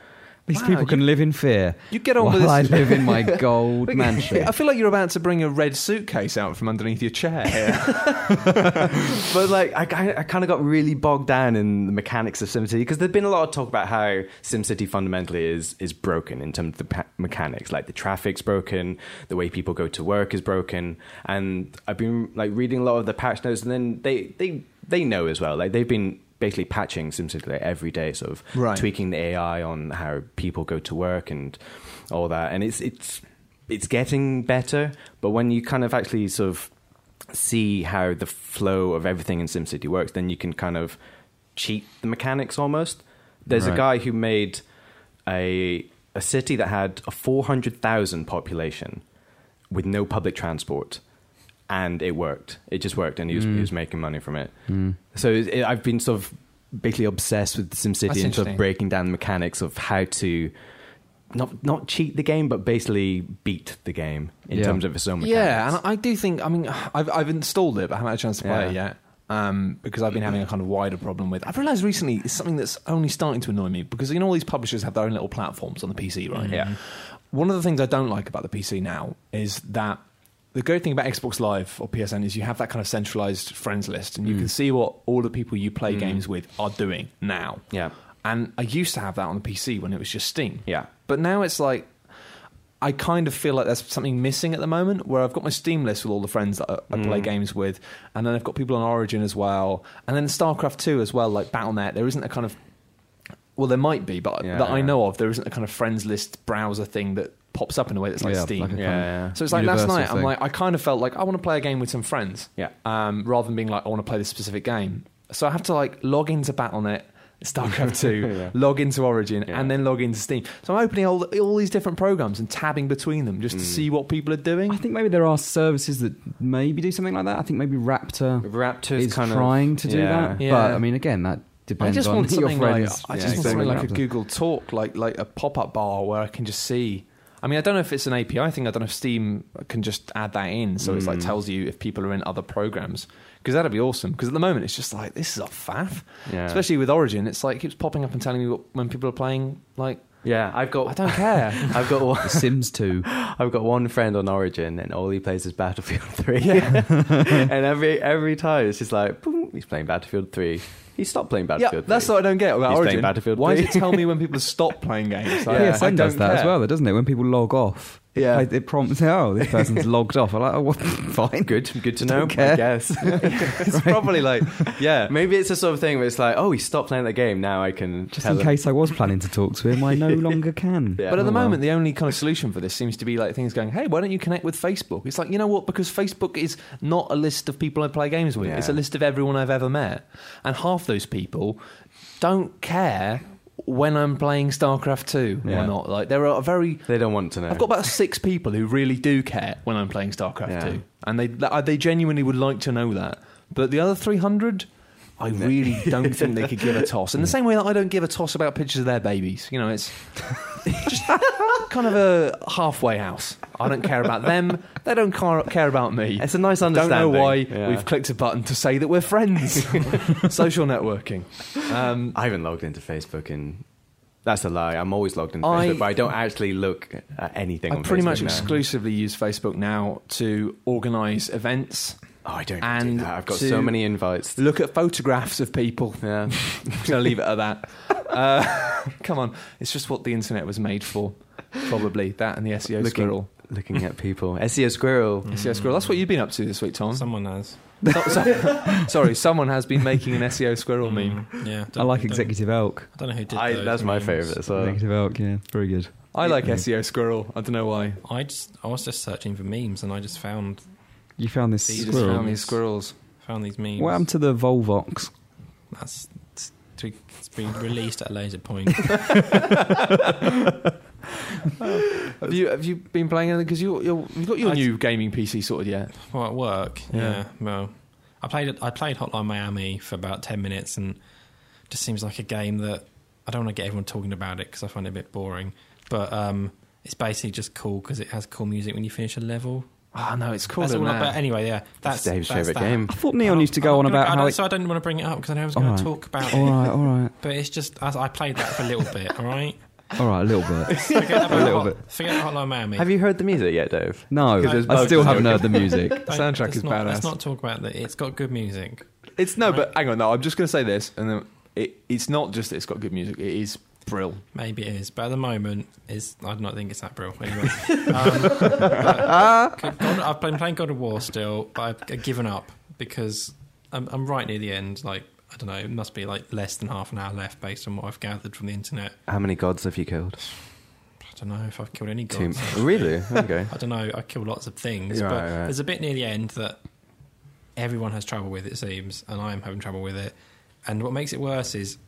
These
Wow,
people
you-
can live in fear.
You get on
while
with this.
I live in
*laughs*
my gold mansion.
I feel like you're about to bring a red suitcase out from underneath your chair
*laughs*
here.
but like I, I kind of got really bogged down in the mechanics of SimCity because there'd been a lot of talk about how SimCity fundamentally is is broken in terms of the pa- mechanics, like the traffic's broken, the way people go to work is broken, and I've been like reading a lot of the patch notes, and then they they they know as well, like they've been basically patching SimCity like, every day, sort of
Right.
tweaking the AI on how people go to work and all that, and it's it's it's getting better, but when you kind of actually sort of see how the flow of everything in SimCity works, then you can kind of cheat the mechanics almost. There's a guy
Right.
who made a a city that had a 400,000 population with no public transport and it worked. It just worked and he was,
Mm.
he was making money from it. So it, it- I've been sort of basically obsessed with
That's
SimCity and sort
interesting.
of breaking down the mechanics of how to not not cheat the game but basically beat the game in
Yeah.
terms of its own mechanics.
yeah, and I do think. I mean, *sighs* I've I've installed it, but I haven't had a chance to play
Yeah.
it yet. Um, because I've been having a kind of wider problem with. I've realised recently it's something that's only starting to annoy me because you know all these publishers have their own little platforms on the PC, right? Mm-hmm.
Yeah.
One of the things I don't like about the PC now is that the great thing about Xbox Live or PSN is you have that kind of centralized friends list, and
Mm.
you can see what all the people you play games with are doing now.
Yeah.
And I used to have that on the PC when it was just Steam.
Yeah.
But now it's like I kind of feel like there's something missing at the moment where I've got my Steam list with all the friends that I, I
Mm.
play games with, and then I've got people on Origin as well, and then StarCraft 2 as well, like BattleNet. There isn't a kind of well, there might be, but
Yeah,
that I
yeah.
know of, there isn't a kind of friends list browser thing that pops up in a way that's like
Yeah,
Steam.
like a kind of
Yeah, yeah.
so it's like last
universal
night, I'm
thing.
like, I kind of felt like I want to play a game with some friends.
Yeah.
Um, rather than being like, I want to play this specific game. So I have to like log into BattleNet, StarCraft 2,
*laughs* Yeah.
log into Origin,
Yeah.
and then log into Steam. So I'm opening all, all these different programs and tabbing between them
Mm.
just to see what people are doing.
I think maybe there are services that maybe do something like that. I think maybe Raptor
Raptors
is
kind
trying
of
to do
yeah.
that.
Yeah.
But I mean, again, that
I
depends
just
*laughs*
on *laughs*
want
your
something like
friends.
I just
Yeah,
want
exactly.
something like a
Raptor.
Google Talk, like like a pop up bar where I can just see. I mean, I don't know if it's an API thing. I don't know if Steam can just add that in, so it's
Mm.
like tells you if people are in other programs. Because that'd be awesome. Because at the moment, it's just like this is a faff.
Yeah.
Especially with Origin, it's like it keeps popping up and telling me what, when people are playing. Like
Yeah, I've got
I
*laughs*
don't care.
I've got one,
The
*laughs*
Sims 2.
I've got one friend on Origin, and all he plays is Battlefield Three. *laughs* and every every time it's just like, boom, he's playing Battlefield Three. He stopped playing
yeah,
Battlefield. 3.
that's what I don't get about
He's playing
Origin.
Battlefield
Why does
3.
it tell me when
*laughs*
people stop playing games? Like,
Yeah,
I
PSN does
don't
that as
care.
well, though, doesn't it? When people log off, it,
Yeah.
plays- it prompts, oh,
*laughs*
this person's logged off. I'm like, oh, what? Fine.
good. Good to know.
Don't care.
I guess
*laughs*
*laughs*
It's probably like yeah.
maybe it's the sort of thing where it's like, oh, he stopped playing the game. Now I can
Just
tell
in
him.
case I was planning to talk to him,
*laughs*
I no longer can.
Yeah.
But at
Oh,
the
well.
moment, the only kind of solution for this seems to be like things going, hey, why don't you connect with Facebook? It's like, you know what? Because Facebook is not a list of people I play games with, it's a
Yeah.
list of everyone I've ever met. And half those people don't care when I'm playing StarCraft 2
Yeah.
or not. Like, there are a very.
They don't want to know.
I've got about six people who really do care when I'm playing StarCraft
Yeah.
2. And they, th- they genuinely would like to know that. But the other 300. I really don't think they could give
*laughs*
a toss. In the same way that I don't give a toss about pictures of their babies. You know,
*laughs*
it's kind of a halfway house. I don't care about them. They don't car- care about me.
*laughs* It's a nice
Don't
understanding.
know why
Yeah.
we've clicked a button to say that we're
*laughs*
friends. Social networking. Um,
I haven't logged into Facebook in. That's a lie. I'm always logged into
I-
Facebook, but I don't actually look at anything.
I
on
pretty
Facebook
much
now.
exclusively use Facebook now to organise events,
Oh, I don't do
and
that. I've got
to-
so many invites.
look at photographs of people. *laughs*
Yeah.
I'm going to leave it at that. Uh, *laughs* come on, it's just what the internet was made for. Probably that and the E SEO
Looking-
squirrel.
looking at people. *laughs* SEO Squirrel.
Mm.
SEO squirrel. E That's what you've been up to this week, Tom. *laughs*
Someone has.
So- so- *laughs* sorry, someone has been making an SEO squirrel meme.
Mm, yeah.
I like
don't-
Executive Elk.
I don't know who did
I,
those
that's my
memes.
favourite. So
Executive Elk, yeah. Very good.
I like
Yeah.
SEO squirrel. I don't know why.
I just I was just searching for memes and I just found
You found this
You
You
just
just
squirrel.
found these squirrels.
found these memes.
what happened to the Volvox?
that's it's to- it's been released at a
*laughs*
later point. *laughs*
*laughs* Have you have you been playing anything? Because you you're, you've got your
I-
new gaming PC sorted yet.
well, at work, yeah.
Yeah.
Well, I played I played Hotline Miami for about ten minutes and it just seems like a game that I don't want to get everyone talking about it because I find it a bit boring. But um, it's basically just cool because it has cool music when you finish a level.
Oh no, it's called
That's
it
all I- but
now.
anyway, yeah, that's
Dave's
that's
favourite
that.
game.
I thought
Oh,
Neon used to go
I'm
on
gonna-
about
I
how
don't-
it.
so I didn't want to bring it up because I know I was going
All right.
to talk about
All
it.
right, all right.
But it's just I, I played that for a little bit. All right,
All right, a little
*laughs*
bit.
Forget about
little
Hot-
bit.
Forget about Hotline Miami.
Have you heard the music yet, Dave?
No,
Because there's
I still
bugs
haven't
*laughs*
heard the music.
The soundtrack
let's
is
not, Let's
badass.
not talk about that. It's got good music.
It's no, but hang on. No, I'm just going to say this, and then it, it's not just that it's got good music. It is brill.
Maybe it is, but at the moment, is I don't think it's that brill. Anyway, um, but God, I've been playing God of War still, but I've given up because I'm, I'm right near the end. Like I don't know, it must be like less than half an hour left based on what I've gathered from the internet.
How many gods have you killed?
I don't know if I've killed any
Two.
gods.
*laughs* Really? Okay.
I don't know. I kill lots of things,
Right,
but
right.
there's a bit near the end that everyone has trouble with. It seems, and I'm having trouble with it. And what makes it worse is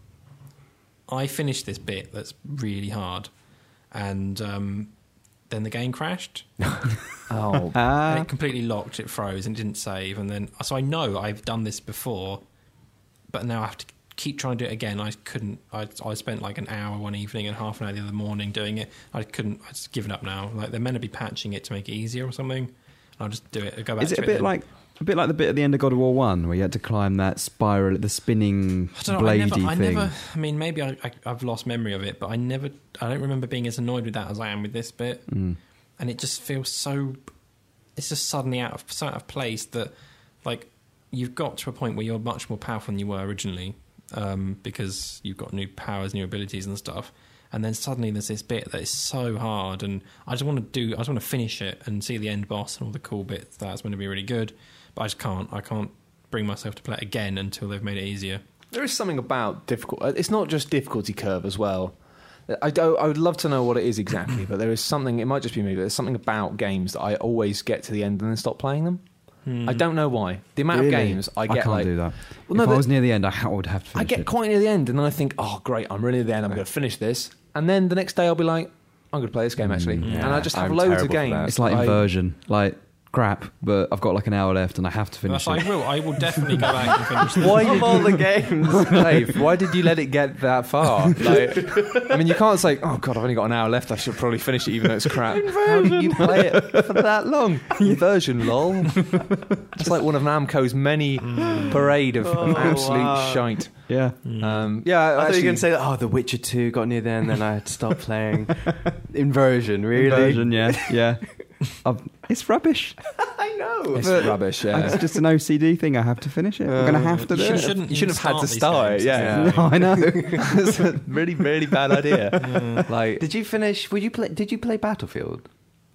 I finished this bit that's really hard, and um, then the game *laughs* crashed.
Oh,
Ah.
And it completely locked. It froze and didn't save. And then so I know I've done this before, but now I have to keep trying to do it again. I couldn't. I I spent like an hour one evening and half an hour the other morning doing it. I couldn't. I just given up now. Like they're meant to be patching it to make it easier or something. And I'll just do it. I'll go back.
Is it
to
a bit
then.
like a bit like the bit at the end of God of War One where you had to climb that spiral, the spinning
I don't know. I
bladey
never, I
thing?
never. I mean, maybe I, I, I've lost memory of it, but I never. I don't remember being as annoyed with that as I am with this bit.
Mm.
and it just feels so it's just suddenly out of so out of place that like you've got to a point where you're much more powerful than you were originally um, because you've got new powers new abilities and stuff and then suddenly there's this bit that is so hard and i just want to do i just want to finish it and see the end boss and all the cool bits that's going to be really good but i just can't i can't bring myself to play it again until they've made it easier
there is something about difficult. uh, It's not just difficulty curve as well. I, do, I would love to know what it is exactly, but there is something. It might just be me, but there's something about games that I always get to the end and then stop playing them. I don't know why. The amount
Really?
of games I get
can't
like
do that.
Well, no,
if I
but-
was near the end, I ha- would have to.
I
finish
get
it.
quite near the end, and then I think, oh, great, I'm really near the end. I'm going to finish this, and then the next day I'll be like, I'm going to play this game actually,
Mm.
and I just have
I'm
loads
terrible
of
for that.
games.
It's like
I-
inversion, like crap, but I've got like an hour left and I have to
But
finish
i
it.
will i will definitely go back and
*laughs*
finish this
Why of all the
*laughs*
games, Dave? Why did you let it get that far? Like, I mean, you can't say, "Oh God, I've only got an hour left. I should probably finish it, even though it's crap." How do you play it for that long? Inversion, lol. It's like one of Namco's many parade of of absolute
wow.
shite.
Yeah,
Um, yeah,
I thought you were going
actually-
to say that. Oh, The Witcher Two got near there, and then I had to stop *laughs* playing. Inversion, really?
inversion. Yeah,
*laughs*
yeah. I've, it's rubbish.
I know.
it's
but-
rubbish. Yeah. Uh,
It's just an OCD thing. I have to finish it. I'm going to have to do
you
it.
shouldn't,
You shouldn't have had to
start these
start it, yeah.
games.
No, *laughs* I
*laughs*
know.
it's a really, really bad idea. Like,
Did you finish? Were you play? Did you play Battlefield?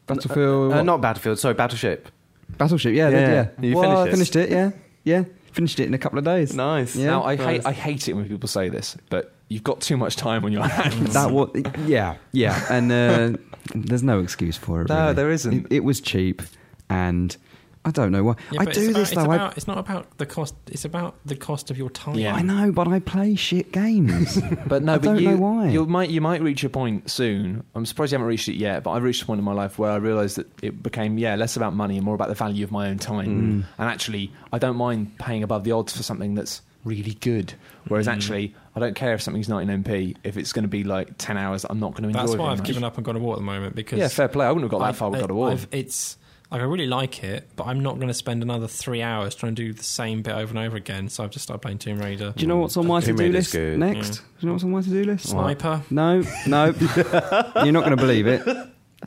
Battlefield.
Uh, not Battlefield. Sorry, Battleship.
Battleship. Yeah, yeah.
Yeah.
yeah.
You
Well,
finished it?
I finished it. Yeah, yeah. Finished it in a couple of days.
Nice.
Yeah.
now I hate, I hate it when people say this, but you've got too much time on your *laughs* hands.
That was yeah, yeah, and uh, there's no excuse for it.
No,
really.
there isn't.
It, it was cheap, and I don't know why.
Yeah,
I
but
do
it's
this
about,
though.
It's,
I,
about, it's not about the cost. It's about the cost of your time.
Yeah.
I know, but I play shit games.
*laughs* But no,
I
but
don't
you,
know why.
You might you might reach a point soon. I'm surprised you haven't reached it yet, but I've reached a point in my life where I realised that it became yeah less about money and more about the value of my own time.
Hmm.
And actually, I don't mind paying above the odds for something that's really good.
Hmm.
Whereas actually, I don't care if something's 19p if it's going to be like 10 hours. that I'm not going to enjoy.
That's why
very
I've
much.
given up on God of War at the moment because
Yeah, fair play. I wouldn't have got that far with
I-
God of War.
I've- it's like I really like it, but I'm not going to spend another three hours trying to do the same bit over and over again. So I've just started playing Tomb Raider.
do you know what's on my to
Tomb
do
Raider's
list
good.
next? Do you know what's on my to do list?
Sniper.
No, no,
*laughs*
you're not going to believe it.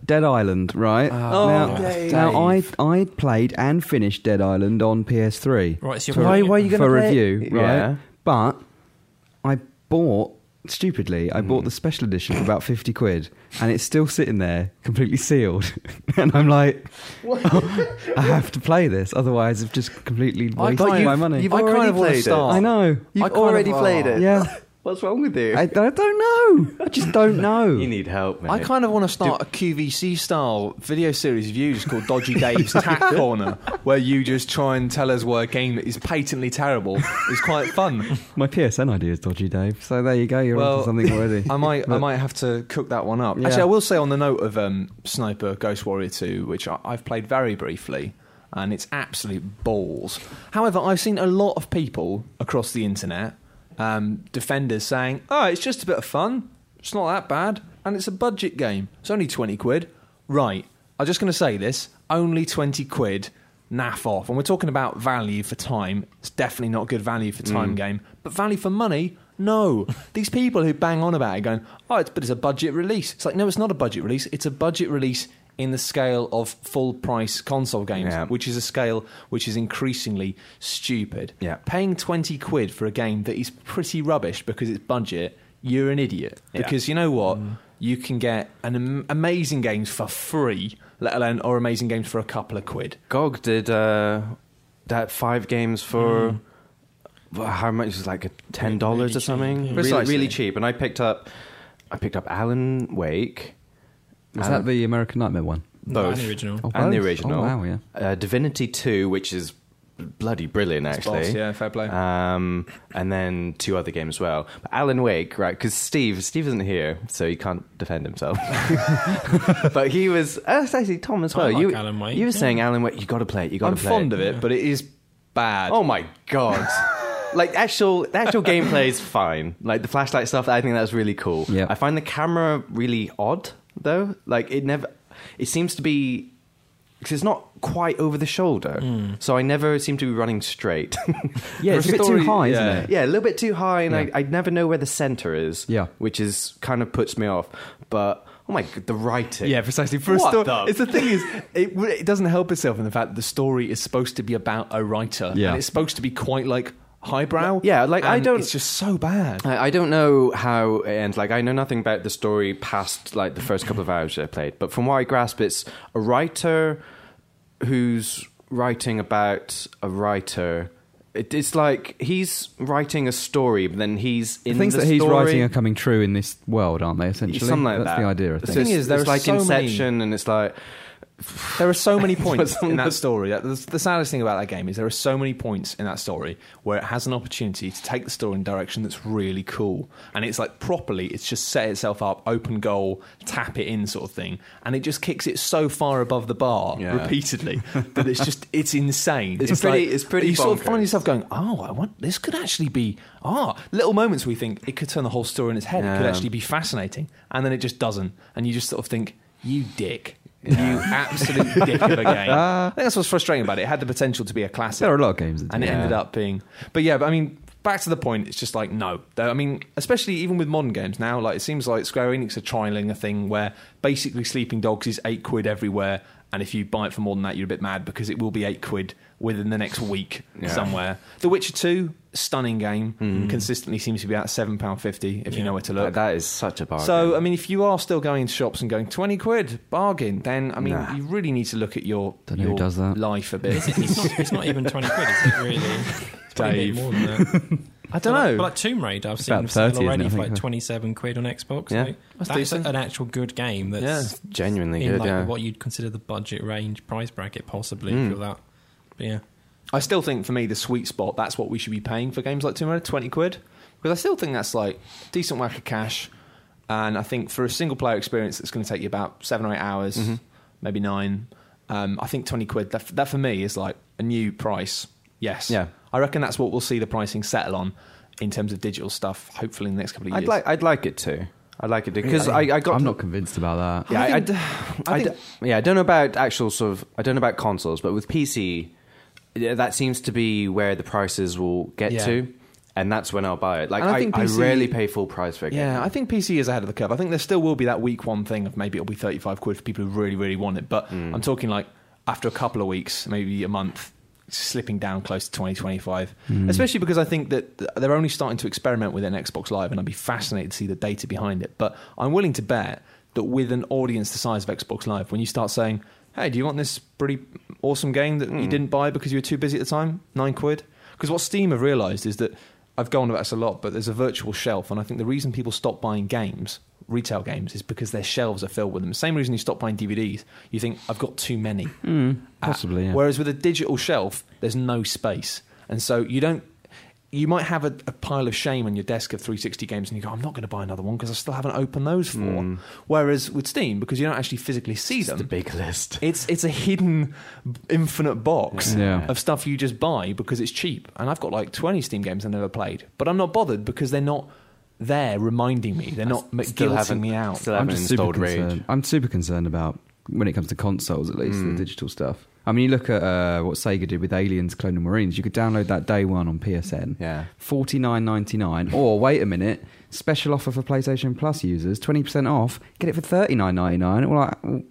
Dead Island, right?
Oh,
now,
Dave.
now I I played and finished Dead Island on PS3.
Right, so you're
for,
Why- why are you
gonna
for
play it?
review, right?
Yeah.
But I bought stupidly. I
Hmm.
bought the special edition for about fifty quid, and it's still sitting there, completely sealed. *laughs* and I'm like, *laughs* I have to play this, otherwise I've just completely
I
wasted
can't-
my
you've-
money.
you've
I kind
already
of wanna
played
start.
it.
I know.
You've
I kind of-
already played it. *laughs*
*laughs* Yeah.
What's wrong with you?
I, I don't know. I just don't know.
you need help, mate.
I kind of want to start a QVC style video series of you just called Dodgy
*laughs*
Dave's Tack Corner, where you just try and tell us why a game that is patently terrible is quite fun.
My PSN idea is dodgy, Dave. So there *laughs* you go. You're
Well,
onto
*laughs*
something already.
I might, I
But-
might have to cook that one up.
Yeah.
Actually, I will say on the note of um, Sniper Ghost Warrior 2, which I, I've played very briefly, and it's absolute balls. However, I've seen a lot of people across the internet, um, defenders saying, oh, it's just a bit of fun, it's not that bad, and it's a budget game, it's only 20 quid. Right, I'm just going to say this only 20 quid. Naff off. And we're talking about value for time. It's definitely not good value for time game, but value for money. No, these people who bang on about it, going, "Oh, it's, but it's a budget release." It's like, no, it's not a budget release. It's a budget release in the scale of full price console games,
Yeah.
which is a scale which is increasingly stupid.
Yeah.
paying twenty quid for a game that is pretty rubbish because it's budget, you're an idiot.
Yeah. Mm.
Because you know what, you can get an am- amazing games for free, let alone or amazing games for a couple of quid.
GOG did uh, that five games for well, how much? It was like ten dollars or
Hmm.
something.
Really cheap, yeah.
Really, really
Precisely.
cheap. And I picked up, I picked up Alan Wake.
Was
Alan-
that the American Nightmare one?
Not
both
an original.
Oh,
and the
both?
original?
Oh, wow, yeah.
Uh, Divinity Two, which is bloody brilliant, actually.
boss, yeah, fair play.
Um, and then two other games as well. But Alan Wake, right? Because Steve, Steve isn't here, so he can't defend
*laughs*
himself. *laughs* but he was. Uh, it's actually, Tom as
I
well.
like
you,
Alan Wake,
you were
yeah.
saying Alan Wake. You got to play it. You got to
I'm
play.
fond of
it.
it, but it is bad.
Oh my
*laughs*
god. like actual the actual gameplay is fine. Like the flashlight stuff, I think that's really cool.
Yeah.
I find the camera really odd though. Like it never it seems to be because it's not quite over the shoulder. So I never seem to be running straight.
Hmm. *laughs*
*laughs*
Yeah, it's a bit too
story-
high, isn't
yeah.
it?
yeah, a little bit too high and I, I never know where the center is.
Yeah.
Which is kind of puts me off. But oh my god, the writing.
Yeah, precisely. For a
What
story,
the-
it's the thing is, it, w- it doesn't help itself in the fact that the story is supposed to be about a writer,
Yeah.
and it's supposed to be quite like highbrow.
Yeah, like, I
and
don't-
It's just so bad.
I, I don't know how it ends. Like, I know nothing about the story past like the first couple of hours that I played. But from what I grasp, it's a writer who's writing about a writer. It, it's like he's writing a story, but then he's in
the things
the
that he's
story.
writing are coming true in this world, aren't they? Essentially,
something like
that's
that.
the idea. I
So
think.
thing
it's-
is, there
it's
are
like
so many-
Inception, and it's like
There are so
*laughs*
many points
What's on
in
the-
that story. That, the, the saddest thing about that game is there are so many points in that story where it has an opportunity to take the story in a direction that's really cool, and it's like properly, it's just set itself up, open goal, tap it in sort of thing, and it just kicks it so far above the bar
Yeah. *laughs*
repeatedly that it's just it's insane.
It's pretty-
like-
it's pretty
You sort of
bonkers.
find yourself going, oh, I want this could actually be ah little moments we think it could turn the whole story on its head. It could
Yeah.
actually be fascinating, and then it just doesn't, and you just sort of think. You dick. You absolute dick of a game. I think that's what's frustrating about it. It had the potential to be a classic.
there are a lot of games. That do
And it
that.
ended up being. But yeah, but I mean, back to the point, it's just like, no. Though, I mean, especially even with modern games now, like it seems like Square Enix are trialing a thing where basically Sleeping Dogs is eight quid everywhere. And if you buy it for more than that, you're a bit mad because it will be eight quid within the next week
Yeah.
somewhere. The Witcher 2, stunning game, consistently seems to be at £7.50 if you
Yeah.
know where to
that-
look.
that is such a bargain.
So, I mean, if you are still going to shops and going 20 quid, bargain, then, I mean,
Nah.
you really need to look at your,
Dunno who
your
does that.
life a
*laughs*
bit.
It's, it's not, it's not even 20 quid, is it really? It's probably a
*laughs* Dave.
bit more than that.
I don't
But
know.
Like, but like Tomb Raider, I've seen
about
them sell
30, isn't
already
it, I
for
think?
like 27 quid on Xbox.
Yeah.
Like,
That's
that's
decent.
an actual good game that's
Yeah.
genuinely
in
good.
like
yeah.
what you'd consider the budget range price bracket, possibly,
Mm.
Hmm.
for that. But yeah.
I still think for me the sweet spot that's what we should be paying for games like Tomb Raider, twenty quid, because I still think that's like decent whack of cash, and I think for a single player experience that's going to take you about seven or eight hours,
Mm-hmm.
maybe nine. Um, I think twenty quid that, that for me is like a new price. Yes,
Yeah.
I reckon that's what we'll see the pricing settle on in terms of digital stuff. Hopefully in the next couple of years.
I'd like, I'd like it too. I'd like it because I, I got
I'm
to-
not convinced about that.
Yeah, I,
I
I,
think- I
I d-
think-
yeah, I don't know about actual sort of. I don't know about consoles, but with PC, yeah, that seems to be where the prices will get
Yeah.
to, and that's when I'll buy it. Like
And I
I,
think
I
PC
rarely pay full price for a game.
Yeah, I think PC is ahead of the curve. I think there still will be that week one thing of maybe it'll be 35 quid for people who really, really want it. But I'm talking like after a couple of weeks, maybe a month, slipping down close to 20, 25. Especially because I think that th- they're only starting to experiment with it in Xbox Live, and I'd be fascinated to see the data behind it. But I'm willing to bet that with an audience the size of Xbox Live, when you start saying, hey, do you want this pretty awesome game that you didn't buy because you were too busy at the time? Nine quid? Because what Steam have realised is that I've gone about this a lot, but there's a virtual shelf, and I think the reason people stop buying games, retail games, is because their shelves are filled with them. Same reason you stop buying DVDs. You think I've got too many. Uh,
Mm. Hmm. possibly, yeah.
Whereas with a digital shelf, there's no space, and so you don't. You might have a, a pile of shame on your desk of 360 games, and you go, "I'm not going to buy another one because I still haven't opened those four."
Mm.
Whereas with Steam, because you don't actually physically see
It's the
them,
big list.
it's it's a hidden infinite box
Yeah.
of stuff you just buy because it's cheap. And I've got like 20 Steam games I've never played, but I'm not bothered because they're not there reminding me. They're not m-
Still
guilting
haven't-
me out.
Still
I'm
haven't
just super
installed
concerned.
Rage.
I'm super concerned about when it comes to consoles, at least
Mm.
the digital stuff. I mean, you look at uh, what Sega did with Aliens: Clone Marines. You could download that day one on PSN.
Yeah.
forty nine ninety nine. Or wait a minute, special offer for PlayStation Plus users, twenty percent off. Get it for thirty nine ninety nine. Well, I,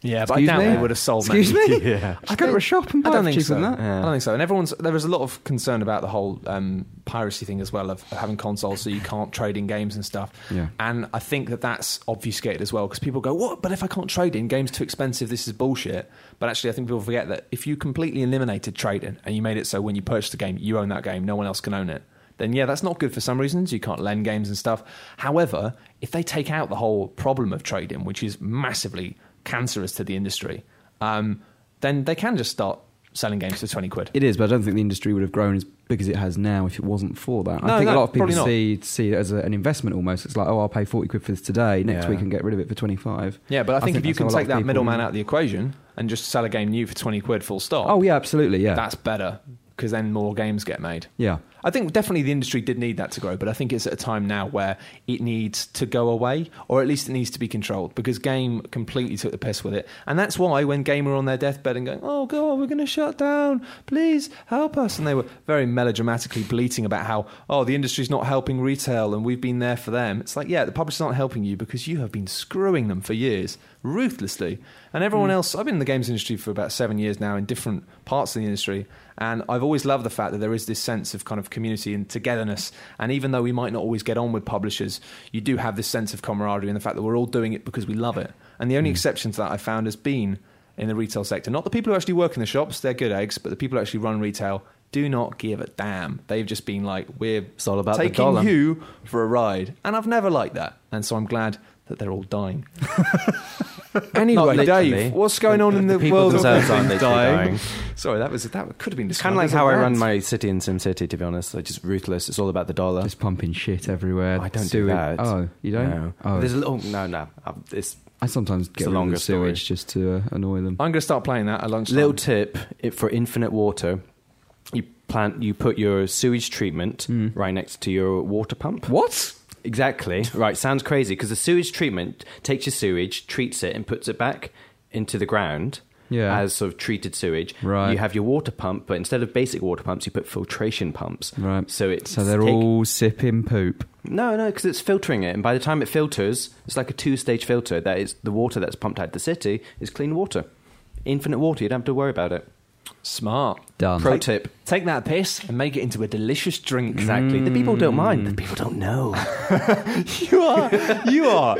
Yeah, but
Excuse
I doubt
me?
they would have sold
Excuse
many. *laughs*
me?
Yeah.
Just go to a shop and buy
I don't
it
think
cheaper
so.
than that.
I don't think so. And everyone's there was a lot of concern about the whole um, piracy thing as well of having consoles so you can't trade in games and stuff.
Yeah.
And I think that that's obfuscated as well because people go, "What? But if I can't trade in, games too expensive. This is bullshit." But actually, I think people forget that if you completely eliminated trading and you made it so when you purchase a game, you own that game, no one else can own it. Then yeah, that's not good for some reasons. You can't lend games and stuff. However, if they take out the whole problem of trading, which is massively cancerous to the industry, um, then they can just start selling games for 20 quid.
It is, but I don't think the industry would have grown as big as it has now if it wasn't for that.
No,
I think
no,
a lot of people
probably not.
see see it as a, an investment almost. It's like, oh, I'll pay forty quid for this today. Next
Yeah.
week, I can get rid of it for twenty five.
Yeah, but I think, if you can take that middleman
out.
out of the equation and just sell a game new for 20 quid full stop,
Oh yeah, absolutely. Yeah,
that's better because then more games get made.
yeah.
I think definitely the industry did need that to grow, but I think it's at a time now where it needs to go away, or at least it needs to be controlled, because Game completely took the piss with it. And that's why when Game were on their deathbed and going, oh God, we're going to shut down, please help us. And they were very melodramatically bleating about how, oh, the industry's not helping retail and we've been there for them. It's like, yeah, the publishers aren't helping you because you have been screwing them for years, ruthlessly. And everyone else, I've been in the games industry for about seven years now in different parts of the industry. And I've always loved the fact that there is this sense of kind of community and togetherness. And even though we might not always get on with publishers, you do have this sense of camaraderie and the fact that we're all doing it because we love it. And the only exception to that I've found has been in the retail sector. Not the people who actually work in the shops, they're good eggs, but the people who actually run retail do not give a damn. They've just been like, we're
It's all about the
taking
dollar.
you for a ride. And I've never liked that. And so I'm glad that they're all dying.
*laughs* Not
anyway,
literally.
Dave, what's going on in the,
people
world of
themselves aren't literally dying.
Sorry, that was that could have been
It's kind of like how I run my city in SimCity, to be honest. Like, just ruthless. It's all about the dollar.
Just pumping shit everywhere.
I don't do
sewage-
that.
Oh, you don't.
No.
Oh,
There's a little. No, no. Um, It's
I sometimes get
a
rid of
longer
the sewage just to uh, annoy them.
I'm going to start playing that at lunchtime.
little tip it, for infinite water. You plant. You put your sewage treatment
Hmm.
right next to your water pump.
What?
Exactly. Right. Sounds crazy because the sewage treatment takes your sewage, treats it, and puts it back into the ground.
Yeah.
As sort of treated sewage.
Right.
You have your water pump, but instead of basic water pumps, you put filtration pumps.
Right.
So it's
So they're
take-
all sipping poop.
No, no, because it's filtering it, and by the time it filters, it's like a two-stage filter. That is, the water that's pumped out the city is clean water, infinite water. You don't have to worry about it.
Smart.
Done.
Pro tip.
Take that piss and make it into a delicious drink.
Exactly. The people don't mind.
Mm.
The people don't
*laughs*
know.
*laughs* you are, you
*laughs*
are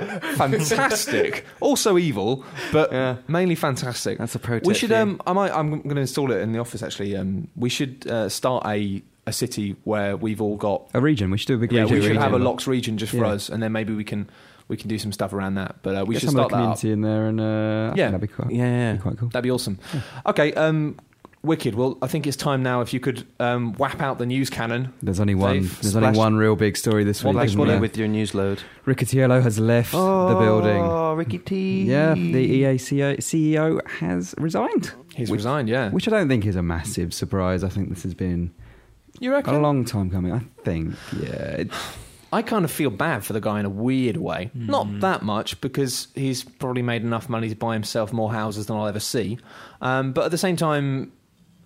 fantastic. Also evil, but
Yeah.
mainly fantastic.
That's a pro
We
tip
should.
for you.
Um, I might. I'm going to install it in the office. Actually, um, we should uh, start a a city where we've all got
A region. We should do a big
yeah,
region.
we should have a
region.
locks region just for
Yeah.
us, and then maybe we can we can do some stuff around that. But uh, we
Get
should
some
start
of the
that. Up.
community in there, and uh,
Yeah.
yeah, that'd be quite,
Yeah, yeah.
be quite cool.
That'd be awesome. Okay, um, wicked. Well, I think it's time now. If you could um, whap out the news cannon.
There's only one.
They've
There's only
splashed-
one real big story this
One
week.
big
Isn't
body
there?
with your news load.
Riccatiello has left the building.
Oh, Ricky T.
Yeah, the E EA CEO, CEO has resigned,
He's
Which-
resigned. Yeah.
which I don't think is a massive surprise. I think this has been
you
a
reckon?
long time coming. I think, yeah, it-
I kind of feel bad for the guy in a weird way. Not that much because he's probably made enough money to buy himself more houses than I'll ever see. Um, but at the same time,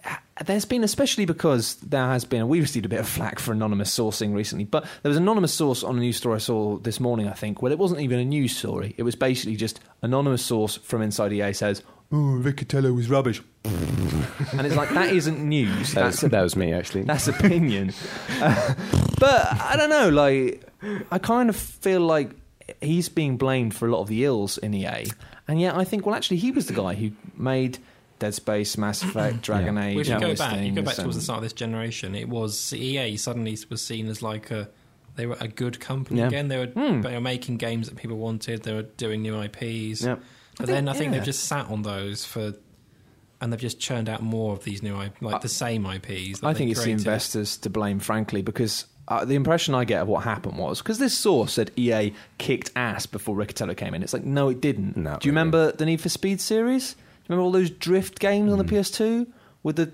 h- there's been, especially because there has been, we received a bit of flack for anonymous sourcing recently, but there was an anonymous source on a news story I saw this morning, I think. Well, it wasn't even a news story. It was basically just anonymous source from inside EA says,
Oh, Riccatello was rubbish.
*laughs* and it's like, that isn't news.
That was,
That's a
that was me actually.
That's
*laughs*
opinion. Uh, but I don't know. Like, I kind of feel like he's being blamed for a lot of the ills in EA, and yet I think, well, actually, he was the guy who made Dead Space, Mass Effect, Dragon Age.
Well, if you
and all
go
these
back, you go
things,
back towards the
and-
start of this generation. It was EA suddenly was seen as like a they were a good company
Yeah.
again. They were
Hmm.
they were making games that people wanted. They were doing new IPs.
Yep.
But
I
then I
think-
think
yeah.
they've just sat on those for, and they've just churned out more of these new I- like the same IPs. That
I
they
think it's the
created.
investors to blame, frankly, because uh, the impression I get of what happened was because this source said EA kicked ass before Riccatello came in. It's like, no, it didn't.
No,
Do you
it
remember
Hmm.
the Need for Speed series? Do you remember all those drift games on the PS2 with the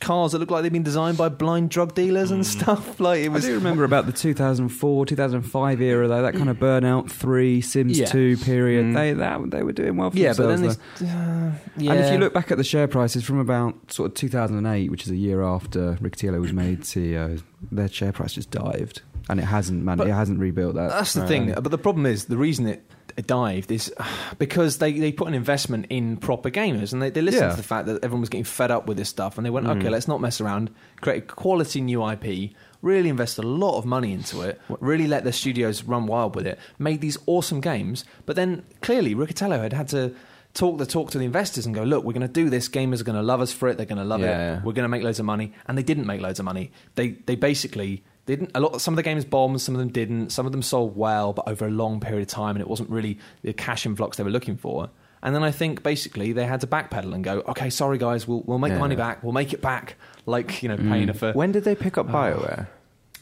cars that look like they've been designed by blind drug dealers and
Hmm.
stuff. *laughs* Like it
I
was
do remember about the 2004, 2005 era though. That kind of Burnout Three, Sims
Yeah.
Two period.
Mm.
They that they were doing well for
yeah, but
themselves.
then
though.
this, uh, yeah.
And if you look back at the share prices from about sort of 2008, which is a year after Riccatello was made CEO, their share price just dived, and it hasn't man,
But-
it hasn't rebuilt that.
That's
Um,
the
Uh,
thing. But the problem is the reason it it dived is *sighs* uh, because they, they put an investment in proper gamers and they, they listened
Yeah.
to the fact that everyone was getting fed up with this stuff and they went,
Mm.
okay, let's not mess around, create a quality new IP, really invest a lot of money into it, really let the studios run wild with it, made these awesome games. But then clearly Riccatello had had to talk the talk to the investors and go, look, we're going to do this. Gamers are going to love us for it. They're going to love it.
Yeah.
We're going to make loads of money, and they didn't make loads of money. They they basically didn't. A lot. Some of the games bombed. Some of them didn't. Some of them sold well, but over a long period of time, and it wasn't really the cash influx they were looking for. And then I think basically they had to backpedal and go, okay, sorry guys, we'll we'll make the
Yeah. Mm.
money back. We'll make it back. Like you know, paying her for.
When did they pick up Bioware?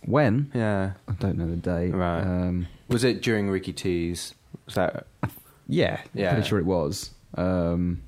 When
Yeah.
I don't know the date.
Right.
Um,
Was it during Ricky T's? Was that
yeah,
Yeah.
pretty sure it was. Um,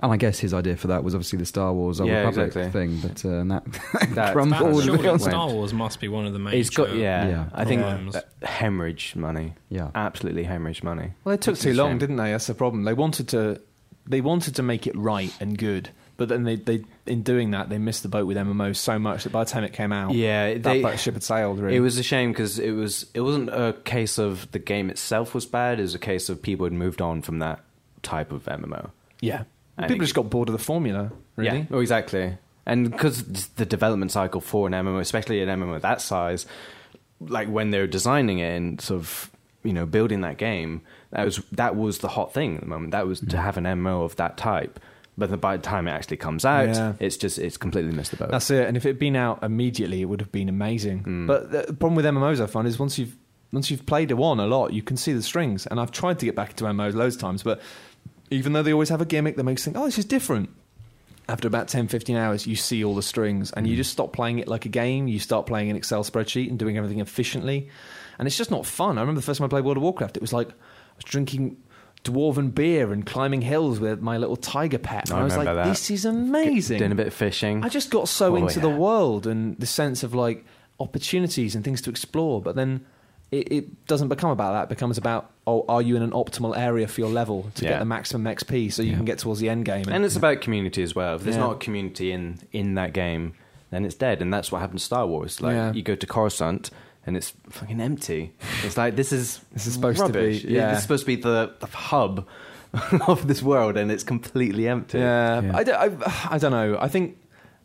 and I guess his idea for that was obviously the Star Wars Old
Yeah,
Republic
exactly.
thing, but uh, that,
That-
*laughs*
That,
crumbled.
Forward
surely
went.
Star Wars must be one of the major.
It's got yeah.
Yeah.
I think
Problems.
uh, hemorrhage money.
Yeah.
Absolutely hemorrhage money.
Well, they took
Which is
too
a
long,
shame.
didn't they? That's the problem. They wanted to, they wanted to make it right and good, but then they, they in doing that they missed the boat with MMOs so much that by the time it came out,
Yeah,
that
they-
boat ship had sailed. Really,
It was a shame because it was it wasn't a case of the game itself was bad. It was a case of people had moved on from that type of MMO.
yeah.
I
People
think-
just got bored of the formula, really.
Yeah, oh, exactly. And because the development cycle for an MMO, especially an MMO that size, like when they were designing it and sort of you know building that game, that was that was the hot thing at the moment. That was
Mm.
to have an MMO of that type. But then by the time it actually comes out,
Yeah.
it's just it's completely missed the boat.
That's it. And if it had been out immediately, it would have been amazing.
Hmm.
But the problem with MMOs, I find, is once you've once you've played one a lot, you can see the strings. And I've tried to get back into MMOs loads of times, but even though they always have a gimmick that makes you think, oh, this is different. After about 10, 15 hours, you see all the strings and
Hmm.
you just stop playing it like a game. You start playing an Excel spreadsheet and doing everything efficiently. And it's just not fun. I remember the first time I played World of Warcraft, it was like I was drinking dwarven beer and climbing hills with my little tiger pet. And
I
I, was like,
remember that.
this is amazing.
Doing a bit of fishing.
I just got so
Oh,
into
yeah.
the world and the sense of like opportunities and things to explore, but then it, it doesn't become about that. It becomes about oh, are you in an optimal area for your level to
Yeah.
get the maximum XP so you can get towards the end game?
And it's about community as well. If there's
Yeah.
not a community in in that game, then it's dead. And that's what happened to Star Wars. Like
Yeah.
you go to Coruscant and it's fucking empty. It's like this is
This is supposed to be-
rubbish.
yeah.
It's supposed to be the, the hub *laughs* of this world, and it's completely empty.
yeah,
Yeah.
I, don't, *sighs* I, I don't know. I think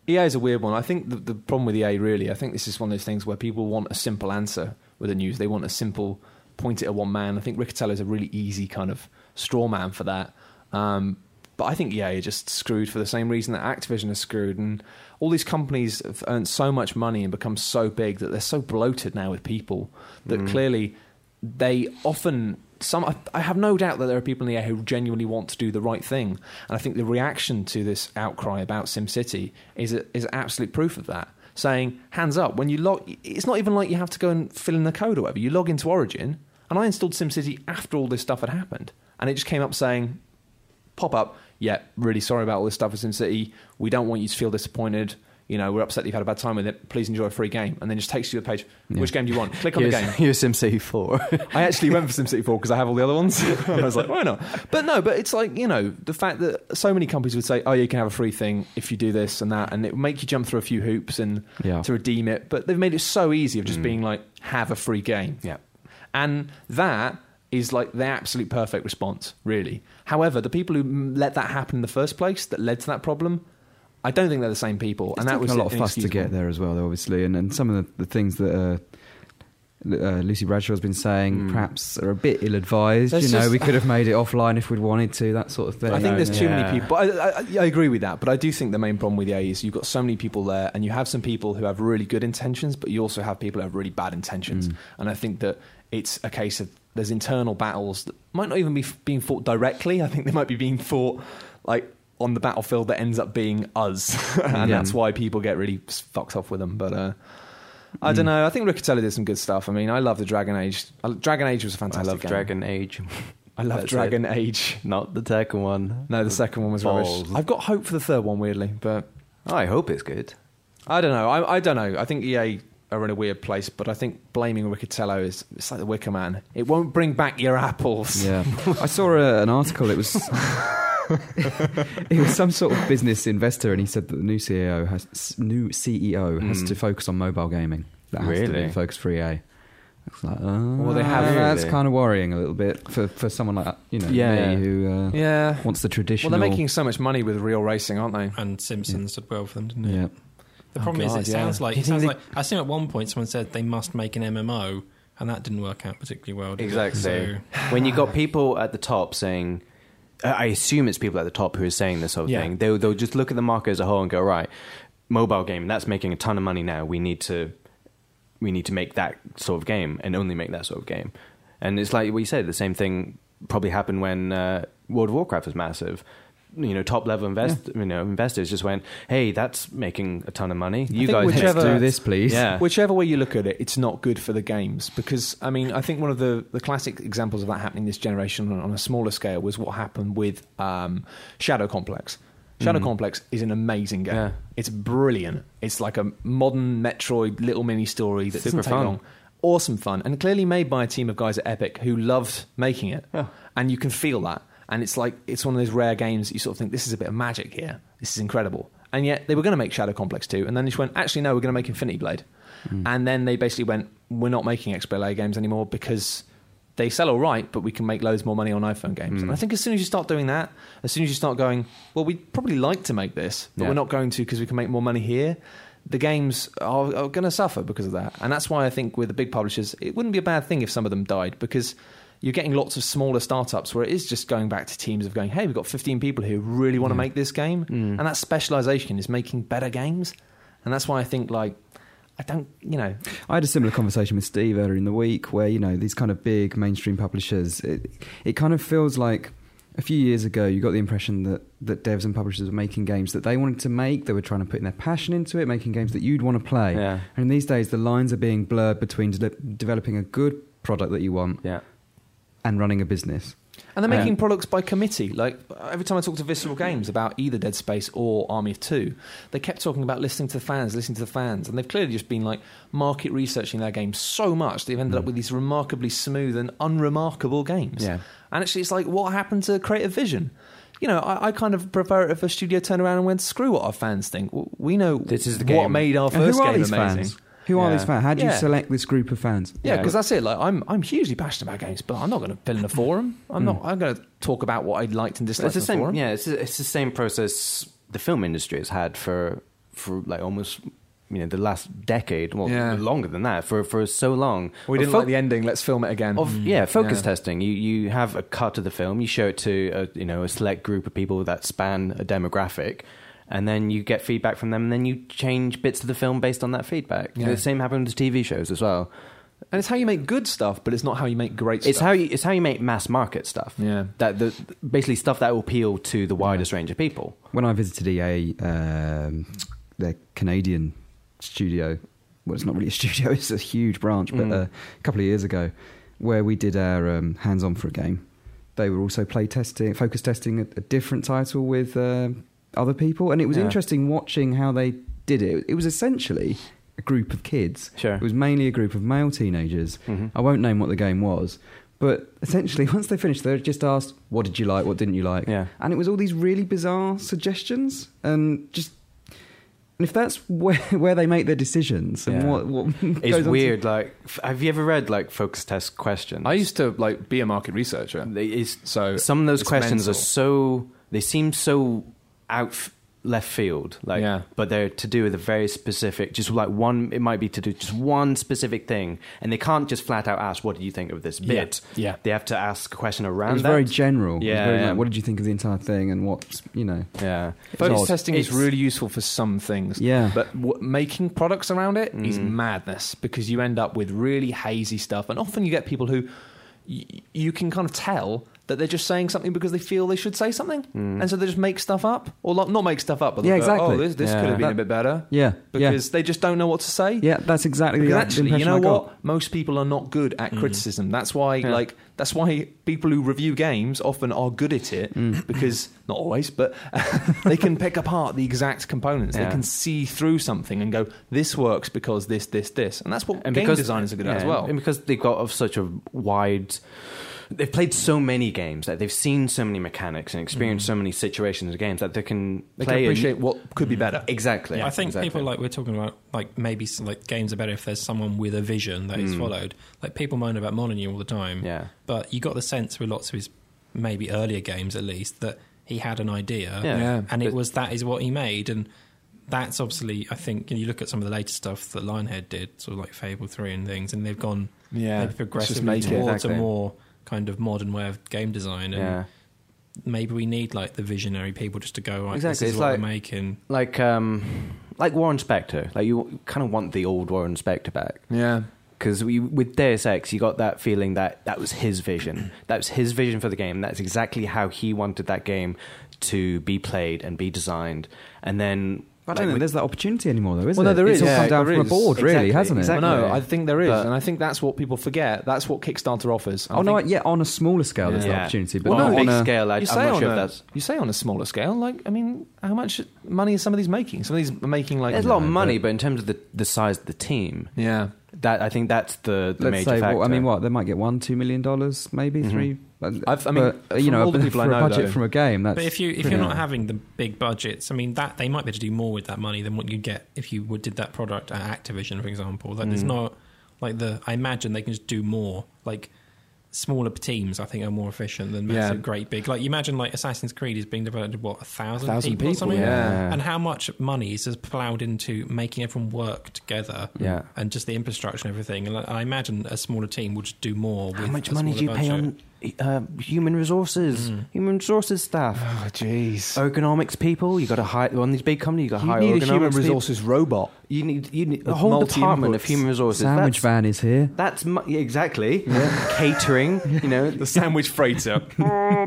EA is a weird one. I think the, the problem with EA really, I think this is one of those things where people want a simple answer with the news. They want a simple point it at one man. I think Riccatello is a really easy kind of straw man for that. Um, but I think EA are just screwed for the same reason that Activision is screwed, and all these companies have earned so much money and become so big that they're so bloated now with people that clearly they often some I- I have no doubt that there are people in the air who genuinely want to do the right thing, and I think the reaction to this outcry about SimCity is a, is absolute proof of that. Saying hands up when you log, it's not even like you have to go and fill in the code or whatever. You log into Origin, and I installed SimCity after all this stuff had happened, and it just came up saying pop up. Yeah, really sorry about all this stuff with SimCity. We don't want you to feel disappointed. You know, we're upset that you've had a bad time with it. Please enjoy a free game, and then just takes you to the page. Which game do you want? Click on the
Here's,
game.
here's SimCity 4.
I actually went for SimCity 4 because I have all the other ones. *laughs* and I was like, why not? But no, but it's like, you know, the fact that so many companies would say, oh, you can have a free thing if you do this and that, and it would make you jump through a few hoops and
Yeah. Mm.
to redeem it. But they've made it so easy of just being like, have a free game.
Yeah.
And that is like the absolute perfect response, really. However, the people who m- let that happen in the first place that led to that problem, I don't think they're the same people.
It's
and that
taken
was
a lot of fuss to
inexcusable.
get there as well, though, obviously, and, and some of the, the things that uh, Lu- uh, Lucy Bradshaw has been saying perhaps are a bit ill-advised.
Hmm. There's
you know,
just-
we
*sighs*
could have made it offline if we'd wanted to, that sort of thing.
I think there's too
Yeah.
many people. I, I, I agree with that, but I do think the main problem with the A is you've got so many people there, and you have some people who have really good intentions, but you also have people who have really bad intentions.
Mm.
And I think that it's a case of there's internal battles that might not even be f- being fought directly. I think they might be being fought like on the battlefield that ends up being us, *laughs* and
Yeah.
that's why people get really s- fucked off with them. But uh,
Mm.
I don't know. I think Riccatelli did some good stuff. I mean, I love the Dragon Age. I- Dragon Age was a
I
fantastic
love
game.
Dragon Age.
I love
That's
Dragon Age.
Not the second one.
No, the second one was
Balls.
rubbish. I've got hope for the third one, weirdly, but
I hope it's good.
I don't know. I, I don't know. I think EA are in a weird place, but I think blaming Riccatello is it's like the Wicker Man. It won't bring back your apples.
Yeah,
*laughs*
I saw a, an article. It was *laughs* it was some sort of business investor, and he said that the new CEO has s- new CEO
Hmm.
has to focus on mobile gaming. That has to be
Really?
the focus for EA. It's like, oh,
Well, they have-
That's
Really?
kind of worrying a little bit for, for someone like you know
Yeah.
me who uh,
Yeah.
wants the
Well,
traditional.
they're making so much money with real racing, aren't they?
And Simpsons did well for them, didn't it?
yeah.
The
Oh,
problem is,
God,
it
yeah.
sounds like
Do you
it sounds
think
like I assume at one point someone said they must make an MMO, and that didn't work out particularly well. Did
Exactly.
It?
*sighs* when you got people at the top saying, I I assume it's people at the top who are saying this whole
Yeah.
thing. They'll, they'll just look at the market as a whole and go, right, mobile game that's making a ton of money now. We need to, we need to make that sort of game and only make that sort of game. And it's like what you said. The same thing probably happened when uh, World of Warcraft was massive. You know, top level invest, you know, investors just went, "Hey, that's making a ton of money. You
think
guys
whichever-
just
Do
this, please.
Yeah,
Whichever way you look at it, it's not good for the games because I mean I think one of the, the classic examples of that happening this generation on, on a smaller scale was what happened with um, Shadow Complex. Shadow Complex is an amazing game.
Mm. Yeah.
It's brilliant. It's like a modern Metroid little mini story that
Super
doesn't take
fun.
long. Awesome fun and clearly made by a team of guys at Epic who loved making it.
Yeah.
And you can feel that. And it's like it's one of those rare games that you sort of think this is a bit of magic here. This is incredible. And yet they were going to make Shadow Complex 2 and then they just went actually no, we're going to make Infinity Blade.
Hmm.
And then they basically went we're not making XBLA games anymore because they sell all right, but we can make loads more money on iPhone games.
Hmm.
And I think as soon as you start doing that, as soon as you start going, well, we'd probably like to make this, but
Yeah.
we're not going to because we can make more money here, the games are, are going to suffer because of that. And that's why I think with the big publishers, it wouldn't be a bad thing if some of them died because you're getting lots of smaller startups where it is just going back to teams of going, hey, we've got 15 people who really want to make this game. And that specialization is making better games. And that's why I think, like, I don't, you know,
I had a similar conversation with Steve earlier in the week where, you know, these kind of big mainstream publishers, it, it kind of feels like a few years ago you got the impression that, that devs and publishers were making games that they wanted to make, they were trying to put in their passion into it, making games that you'd want to play.
Yeah.
And these days the lines are being blurred between de- developing a good product that you want
yeah.
and running a business.
And they're
Yeah.
making products by committee. Like every time I talk to Visceral Games about either Dead Space or Army of Two, they kept talking about listening to the fans, listening to the fans, and they've clearly just been like market researching their games so much they've
Hmm.
ended up with these remarkably smooth and unremarkable games.
Yeah.
And actually, it's like what happened to creative vision? You know, I, I kind of prefer it if a studio turned around and went, "Screw what our fans think. W- We know
This is the
what
game."
made our
And
first
who are
game
these
amazing."
fans? Who are
Yeah.
these fans? How do
Yeah.
you select this group of fans?
Yeah,
Yeah. Mm.
because that's it. Like, I'm I'm hugely passionate about games, but I'm not going to fill in a forum. I'm not. I'm going to talk about what I liked and disliked
It's the
in a
same.
forum.
Yeah, it's, it's the same process the film industry has had for for like almost you know the last decade, well,
Yeah.
longer than that for for so long.
We didn't
Of fo-
like the ending. Let's film it again.
of yeah focus
Yeah.
testing. You you have a cut of the film, you show it to a, you know a select group of people that span a demographic. And then you get feedback from them, and then you change bits of the film based on that feedback.
Yeah.
The same happened to TV shows as well.
and it's how you make good stuff, but it's not how you make great
It's
stuff.
how you it's how you make mass market stuff.
Yeah.
that the basically stuff that will appeal to the widest range of people.
when I visited EA, um, their Canadian studio, well, it's not really a *laughs* studio, it's a huge branch, but
Mm.
uh, a couple of years ago, where we did our um, hands on for a game, they were also play testing, focus testing a, a different title with uh, other people. And it was
Yeah.
interesting watching how they did it. It was essentially a group of kids.
Sure.
It was mainly a group of male teenagers. I won't name what the game was. But essentially, *laughs* once they finished, they just asked, "What did you like? What didn't you like?"
Yeah.
and it was all these really bizarre suggestions and just and if that's where *laughs* where they make their decisions and
Yeah.
what what *laughs* goes on
It's
to-
weird. Like, f- have you ever read like focus test questions?
I used to like be a market researcher.
They- it's-
So
some of those
it's
questions are
mental.
so they seem so out f- left field. Like,
Yeah.
but they're to do with a very specific. Just like one, it might be to do just one specific thing, and they can't just flat out ask, "What do you think of this bit?"
yeah.
they have to ask a question around.
it was
that.
very general It was
Yeah,
very
yeah.
like, what did you think of the entire thing and what's you know
yeah.
Focus
odd.
testing is
It's-
really useful for some things.
Yeah.
But w- making products around it is madness because you end up with really hazy stuff. And often you get people who y- you can kind of tell that they're just saying something because they feel they should say something, and so they just make stuff up or like, not make stuff up, but
Yeah,
they'll go,
exactly.
Oh, this, this could
Yeah.
have been a
That-
bit better.
Yeah, yeah,
because they just don't know what to say.
yeah. That's exactly
Because
the,
actually,
the
you
impression
know
I got.
what? Most people are not good at criticism. That's why, like, that's why people who review games often are good at it *laughs* because not always, but *laughs* they can pick apart the exact components.
Yeah.
They can see through something and go, "This works because this, this, this," and that's what
and
game
because
designers are good
yeah,
at as well.
and because they've got of such a wide they've played so many games that they've seen so many mechanics and experienced so many situations of games that they can
they
play
can
a-
appreciate what could be better.
exactly
I think
exactly.
people like we're talking about like maybe s- like games are better if there's someone with a vision that is followed. Like people moan about Molyneux all the time.
Hmm. Yeah.
But you got the sense with lots of his maybe earlier games at least that he had an idea.
Yeah. Yeah. But-
And it was that is what he made and that's obviously I think you look at some of the later stuff that Lionhead did, sort of like Fable three and things, and they've gone
Yeah.
they've
Let's
progressively
just make it,
towards
exactly.
a more kind of modern way of game design and
yeah
maybe we need like the visionary people just to go like
Exactly,
this is
it's
what
like-
we're making.
like um like Warren Spector like you kind of want the old Warren Spector back
Yeah,
because we with Deus Ex, you got that feeling that that was his vision. That was his vision for the game. That's exactly how he wanted that game to be played and be designed. And then,
I don't think there's that opportunity anymore, though, is
Well, no,
there?
there
it's
is.
all
Yeah,
come down
there
from
is.
a board, really,
Exactly,
hasn't it?
exactly.
Well, no, I think there is,
But-
and I think that's what people forget. That's what Kickstarter offers. I
Oh no,
think-
I- yeah, on a smaller scale, there's
Yeah.
an opportunity, but
Well,
not
no,
on
big
a
scale. I, I'm
you
not
say on
sure
a,
if that's.
you say on a smaller scale. Like, I mean, how much money is some of these making? Some of these are making like
There's a lot of money, but in terms of the, the size of the team,
Yeah,
that I think that's the, the
let's
major
say,
factor.
well, I mean, what they might get one, two million dollars, maybe three.
I've- I mean,
but, you
from
know,
all the
but
people I
for a
know,
budget
though-
from a game, that's
But if you if
pretty
you're not
high.
having the big budgets, I mean that they might be able to do more with that money than what you get if you would, did that product at Activision, for example. That
Hmm.
there's not like the I imagine they can just do more like smaller teams. I think are more efficient than massive
Yeah.
great big. Like you imagine like Assassin's Creed is being developed with, what a thousand,
Thousand
people, or
people,
something?
yeah.
and how much money is just ploughed into making everyone work together.
Yeah.
and just the infrastructure and everything. And I- I imagine a smaller team would just do more.
how
with
much
a
money do you
smaller
pay
budget.
on uh, human resources, human resources staff,
*sighs* Oh, jeez.
ergonomics people? You got to hire on these big companies. You got to
you
hire
need a
ergonomics
human
people.
resources robot.
You need you need a
With
whole
multi
department of
inputs.
human resources.
sandwich
That's-
van is here.
That's mu- yeah, exactly *laughs* catering. You know,
The sandwich freighter.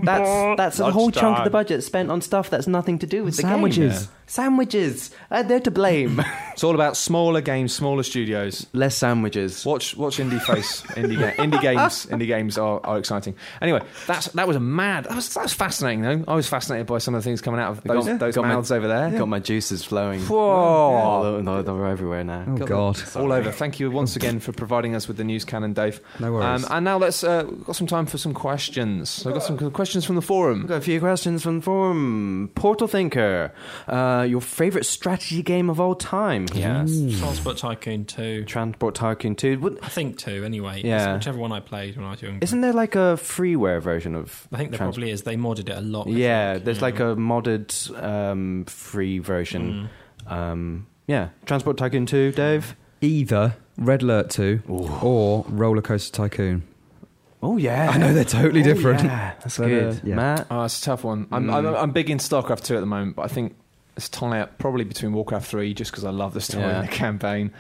that's that's a whole chunk of the
Lunchtime.
budget spent on stuff that's nothing to do with the game.
Sandwiches.
Sandwiches. Uh, they're to blame.
*laughs* It's all about smaller games, smaller studios.
Less sandwiches.
Watch, watch indie face, indie, ga- indie games, indie games are, are exciting. Anyway, that's that was a mad. That was, that was fascinating, though. I was fascinated by some of the things coming out of those,
Got-
those
got my-
mouths over there.
Got my juices flowing.
Whoa.
Oh, they're, they're everywhere now.
Oh God,
all over. Thank you once again for providing us with the news canon, Dave.
No worries.
and now let's uh, we've got some time for some questions. So we've got some questions from the forum.
We've got a few questions from the forum. Portal Thinker, uh, your favorite strategy game of all time? Yes.
Transport Tycoon Two.
Transport Tycoon 2. What,
I think two anyway.
Yeah.
Yeah. Whichever one I played when I was young.
isn't there like a freeware version of
I think there
Trans-
probably is. They modded it a lot. I
Yeah,
think.
there's like a modded um, free
Mm.
version. Um, yeah, Transport Tycoon 2, Dave.
either Red Alert Two or Roller Coaster Tycoon.
Oh yeah,
I know they're totally different.
Yeah, *laughs* that's
But, uh,
good,
yeah.
Matt.
Oh, it's a tough one. I'm, I'm, I'm big in StarCraft 2 at the moment, but I think it's tie up probably between Warcraft 3, just because I love the story
Yeah.
and the campaign,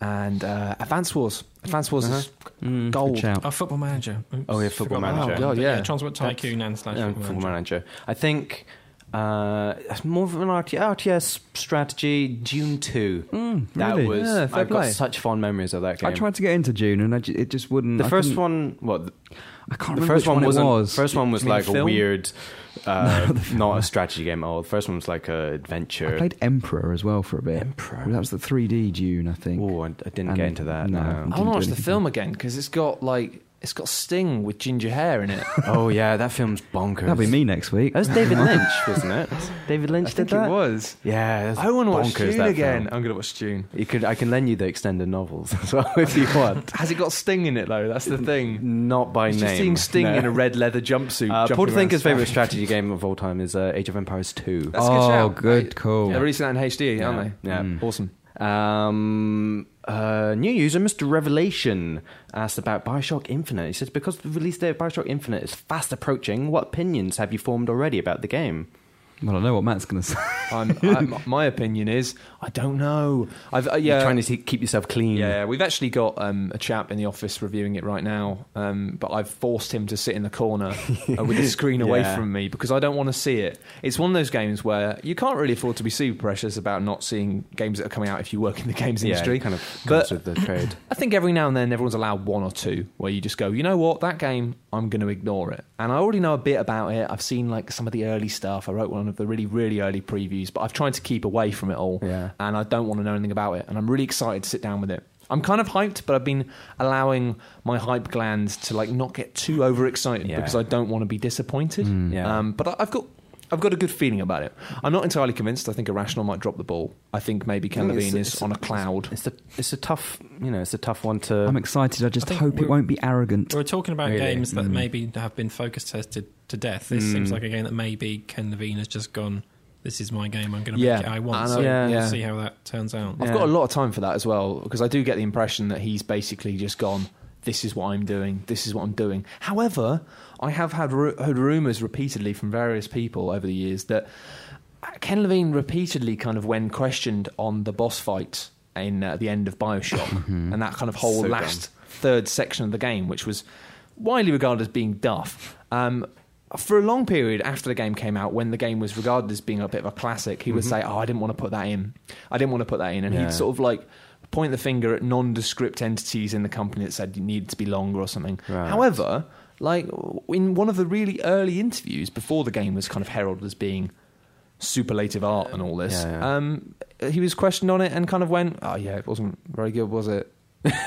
and uh, Advance Wars. Advance Wars is
Mm,
Gold.
Good shout.
Oh, football manager. Oops,
Oh, yeah, Football
forgot about
Manager.
that one.
Oh,
But
yeah.
Transport Tycoon and slash
Yeah,
football
Football
manager.
manager. I think uh, it's more of an RT- RTS strategy. Dune Two. that
Mm, really?
was.
Yeah, fair
I've
play.
got such fond memories of that game.
I tried to get into June, and I ju- it just wouldn't.
the
I
first
couldn't-
one. What the
I can't
the
remember
first
which
one
one, it
wasn't.
was.
First one was
You mean
like
the
a
film?
weird, uh, not a strategy game at all. The first one was like a adventure.
I played Emperor as well for a bit. Emperor. That was the 3D Dune, I think.
Oh, I, I didn't
And
get into that.
no.
*laughs*
No.
I want
Didn't
to
do
watch the
anything.
film again because it's got like it's got Sting with ginger hair in *laughs* it.
oh yeah, that film's bonkers.
That'll be me next week.
That was David Lynch, wasn't it? David Lynch
I
did
think
that.
it was.
Yeah, that's
I want to watch
bonkers,
Dune
that
again.
film.
I'm going to watch Dune.
You could, I can lend you the extended novels *laughs* as well if you want.
Has it got Sting in it though? That's *laughs* the thing.
Not by
It's
name.
just seeing Sting
No.
in a red leather jumpsuit.
Uh,
jumping
Paul
around
Thinker's
stuff.
favorite strategy game of all time is uh, Age of Empires Two.
That's a good
oh,
shout.
good
Mate,
call.
They're releasing that in HD,
Yeah.
aren't they?
Yeah. *laughs*
Awesome.
Um, uh, new user Mr. Revelation asked about Bioshock Infinite. He says, because the release date of Bioshock Infinite is fast approaching, what opinions have you formed already about the game?
Well, I know what Matt's going to *laughs* say.
I'm, I'm, my opinion is, I don't know. I've, uh, yeah,
You're trying to see- keep yourself clean.
Yeah, we've actually got um, a chap in the office reviewing it right now, um, but I've forced him to sit in the
*laughs*
corner uh, with the screen away
Yeah.
from me because I don't want to see it. It's one of those games where you can't really afford to be super precious about not seeing games that are coming out if you work in the games
Yeah,
industry.
it kind of
But-
comes with the trade.
I think every now and then everyone's allowed one or two where you just go, you know what, that game, I'm going to ignore it. And I already know a bit about it. I've seen like some of the early stuff. I wrote one of the really, really early previews, but I've tried to keep away from it all.
Yeah.
And I don't want to know anything about it. And I'm really excited to sit down with it. I'm kind of hyped, but I've been allowing my hype gland to like not get too overexcited
Yeah. Mm.
because I don't want to be disappointed.
Yeah.
Um, but I- I've got. I've got a good feeling about it. I'm not entirely convinced. I think Irrational might drop the ball. I think maybe Ken
think it's-
Levine is
it's-
on a cloud.
It's a it's a tough you know it's a tough one to.
I'm excited. I just
think
hope it
we're-
won't be arrogant.
We were talking about
Really?
games that maybe have been focus tested to death. This seems like a game that maybe Ken Levine has just gone. This is my game. I'm going to
Yeah.
make it. I
I
want.
know.
So
Yeah.
we'll
Yeah.
see how that turns out.
I've got a lot of time for that as well because I do get the impression that he's basically just gone. This is what I'm doing. This is what I'm doing. However, I have had ru- heard rumours repeatedly from various people over the years that uh, Ken Levine repeatedly, kind of when questioned on the boss fight in uh, the end of Bioshock and that kind of whole
So dumb.
last third section of the game, which was widely regarded as being duff. Um, for a long period after the game came out, when the game was regarded as being a bit of a classic, he would say, "Oh, I didn't want to put that in. I didn't want to put that in," and
Mm-hmm. Yeah.
he'd sort of like point the finger at nondescript entities in the company that said you needed to be longer or something.
Right.
However, like w- in one of the really early interviews before the game was kind of heralded as being superlative art and all this,
Yeah, yeah.
Um, he was questioned on it and kind of went, "Oh yeah, it wasn't very good, was it?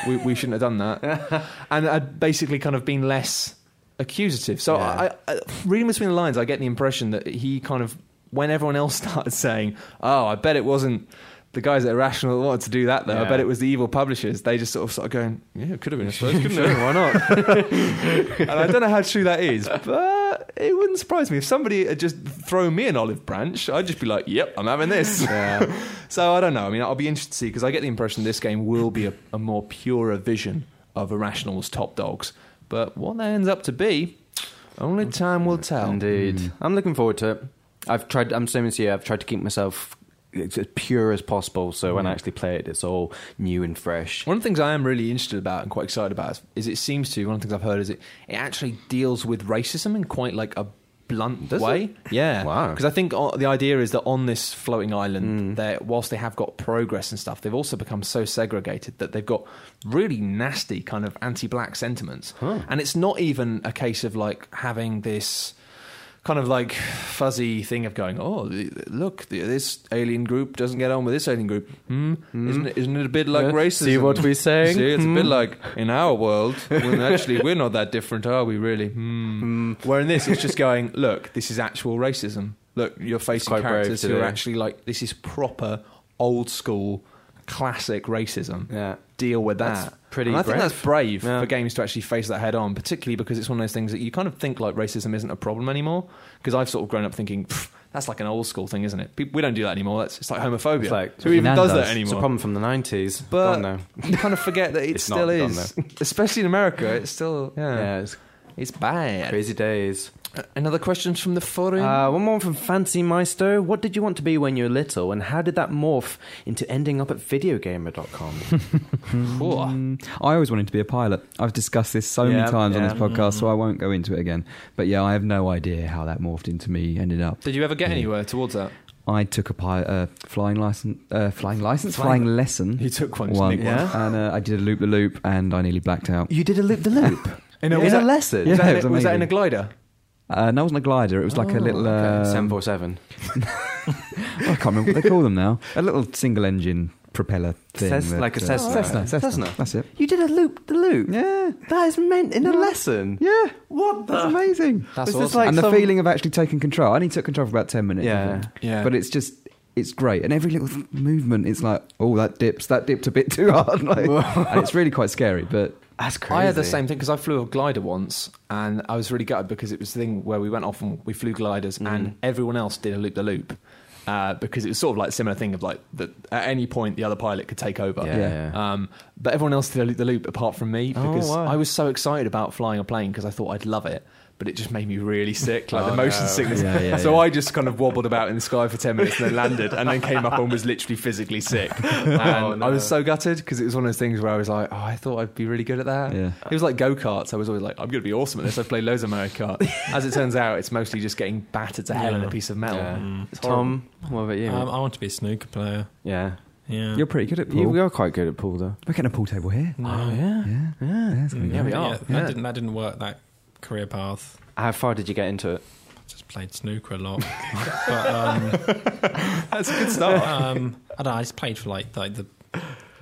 we, we shouldn't have done
*laughs*
that." and had basically kind of been less accusative. So
Yeah.
I, I, reading between the lines, I get the impression that he kind of, when everyone else *laughs* started saying, "Oh, I bet it wasn't." The guys at Irrational that wanted to do that, though. I
Yeah.
bet it was the evil publishers. They just sort of started going, "Yeah, it could have been, I suppose, couldn't it? Why not?" *laughs* and I don't know how true that is, but it wouldn't surprise me if somebody had just thrown me an olive branch. I'd just be like, "Yep, I'm having this." *laughs* so I don't know. I mean, I'll be interested to see because I get the impression this game will be a, a more purer vision of Irrational's top dogs, but what that ends up to be, only time will tell.
Indeed,
Mm.
I'm looking forward to it. I've tried. I'm same as you. I've tried to keep myself as as pure as possible, so when I
Mm.
actually play it, it's all new and fresh.
One of the things I am really interested about and quite excited about is, is it seems to one of the things I've heard is it it actually deals with racism in quite like a blunt
Does
way.
it?
Yeah,
Wow. Hmm.
Because I think uh, the idea is that on this floating island, they whilst they have got progress and stuff, they've also become so segregated that they've got really nasty kind of anti-black sentiments, and it's not even a case of like having this kind of like fuzzy thing of going, oh, the- look, the- this alien group doesn't get on with this alien group. Hmm? Isn't, it, isn't it a bit like
Yeah.
racism?
See what we're saying?
See, it's
Hmm?
a bit like in our world, when actually we're not that different, are we really? Hmm. Where in this, it's just going, look, this is actual racism. Look, you're facing
quite brave
characters who are
today.
actually like, this is proper, old school, classic racism
Yeah,
deal with that.
That's pretty
And I think
brave.
that's brave
Yeah.
for games to actually face that head on, particularly because it's one of those things that you kind of think like racism isn't a problem anymore. Because I've sort of grown up thinking "Pff, that's like an old school thing, isn't it? People, we don't do that anymore. That's it's like homophobia.
It's like-
Who even
Nan
does,
does.
that
it's
anymore?
a problem from the '90s.
But
Gone now.
you kind of forget that it
It's
still
not done
is, *laughs* especially in America. It's still yeah,
yeah, it's
it's bad.
crazy days.
Another question from the forum.
Uh, one more from Fancy Meister. What did you want to be when you were little, and how did that morph into ending up
*laughs*
at videogamer.com?
Cool.
Ah. I always wanted to be a pilot. I've discussed this so
Yeah,
many times on
yeah.
this podcast, so I won't go into it again. But yeah, I have no idea how that morphed into me. Ended up,
Did you ever get anywhere towards that?
I took a pilot, uh, flying license, uh, flying license,
Flying-
flying, lesson.
You took one,
one,
didn't you?
Yeah.
and uh, I did a loop the loop, and I nearly blacked out.
you did a loop the loop in
a-
a,
was that-
lesson.
Yeah,
was, that in
*laughs* it was
a, was that in
amazing.
a glider?
Uh, no, it wasn't a glider. It was *laughs*
Oh,
like a
Oh.
little. Uh,
Seven four seven.
I can't remember what they call them now. A little single engine propeller thing.
Ces-
that,
like a
uh,
Cessna.
Cessna, Cessna.
Cessna.
That's it.
You did a loop the loop.
Yeah.
That is meant in a lesson.
Yeah.
What the?
That's amazing.
That's
Was this
awesome.
like and the
some-
feeling of actually taking control. I only took control for about 10 minutes. I
Yeah.
think.
Yeah.
But it's just, it's great. And every little th- movement, it's like, oh, that dips, that dipped a bit too hard. *laughs* Like, and it's really quite scary, but
That's crazy.
I had the *laughs* same thing because I flew a glider once, and I was really gutted because it was the thing where we went off and we flew gliders, and everyone else did a loop the loop. Uh, because it was sort of like similar thing of like that at any point the other pilot could take over.
Yeah.
Yeah.
Um, but everyone else did a loop the loop apart from me because
wow.
I was so excited about flying a plane because I thought I'd love it. but it just made me really sick, like
Oh,
the motion
no.
sickness.
Yeah, yeah,
so
yeah.
I just kind of wobbled about in the sky for 10 minutes and then landed and then came up and was literally physically sick. And I was so gutted because it was one of those things where I was like, oh, I thought I'd be really good at that.
Yeah.
It was like go karts. I was always like, I'm going to be awesome at this. I've played loads of Mario Kart. As it turns out, it's mostly just getting battered to hell in a
Yeah.
piece of metal.
Yeah.
It's horrible.
Tom, what about you?
Um, I want to be a snooker player.
yeah,
Yeah.
You're pretty good at
you,
pool.
we are quite good at pool though.
We're getting a pool table here.
No.
yeah.
Yeah, yeah, it's gonna be
Yeah, we
good.
are.
Mm. That, didn't, that didn't work, that career path.
How far did you get into it?
I just played snooker
*laughs*
a lot. but, um,
That's a good start.
um, I don't know, I just played for like, like the,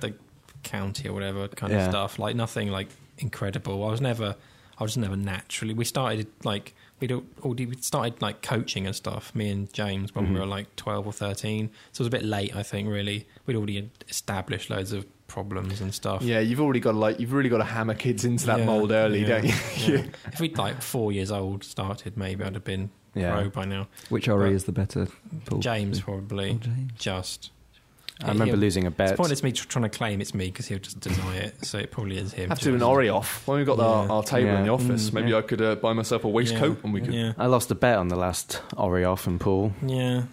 the county or whatever kind
Yeah.
of stuff. Like nothing like incredible. I was never, I was never naturally. We started like, we'd al- already we started like coaching and stuff, me and James,
Mm-hmm.
when we were like 12 or 13. So it was a bit late, I think, really. We'd already established loads of problems and stuff.
yeah, you've already got to like you've really got to hammer kids into that
Yeah,
mold early,
yeah,
don't you? *laughs*
yeah. if we'd like four years old started, maybe I'd have been
Yeah.
pro by now.
Which RE
But-
is the better pool?
James probably
Oh, James.
just.
I remember
he'll-
losing a
It's
bet.
pointless me tr- trying to claim it's me because he'll just deny it. So it probably is him.
have to do an Oreo off when we've got our,
Yeah.
our table in the
Yeah.
office.
Mm,
Maybe
yeah.
I could uh, buy myself a waistcoat and we could.
Yeah.
I lost a bet on the last Ori off and pool.
Yeah.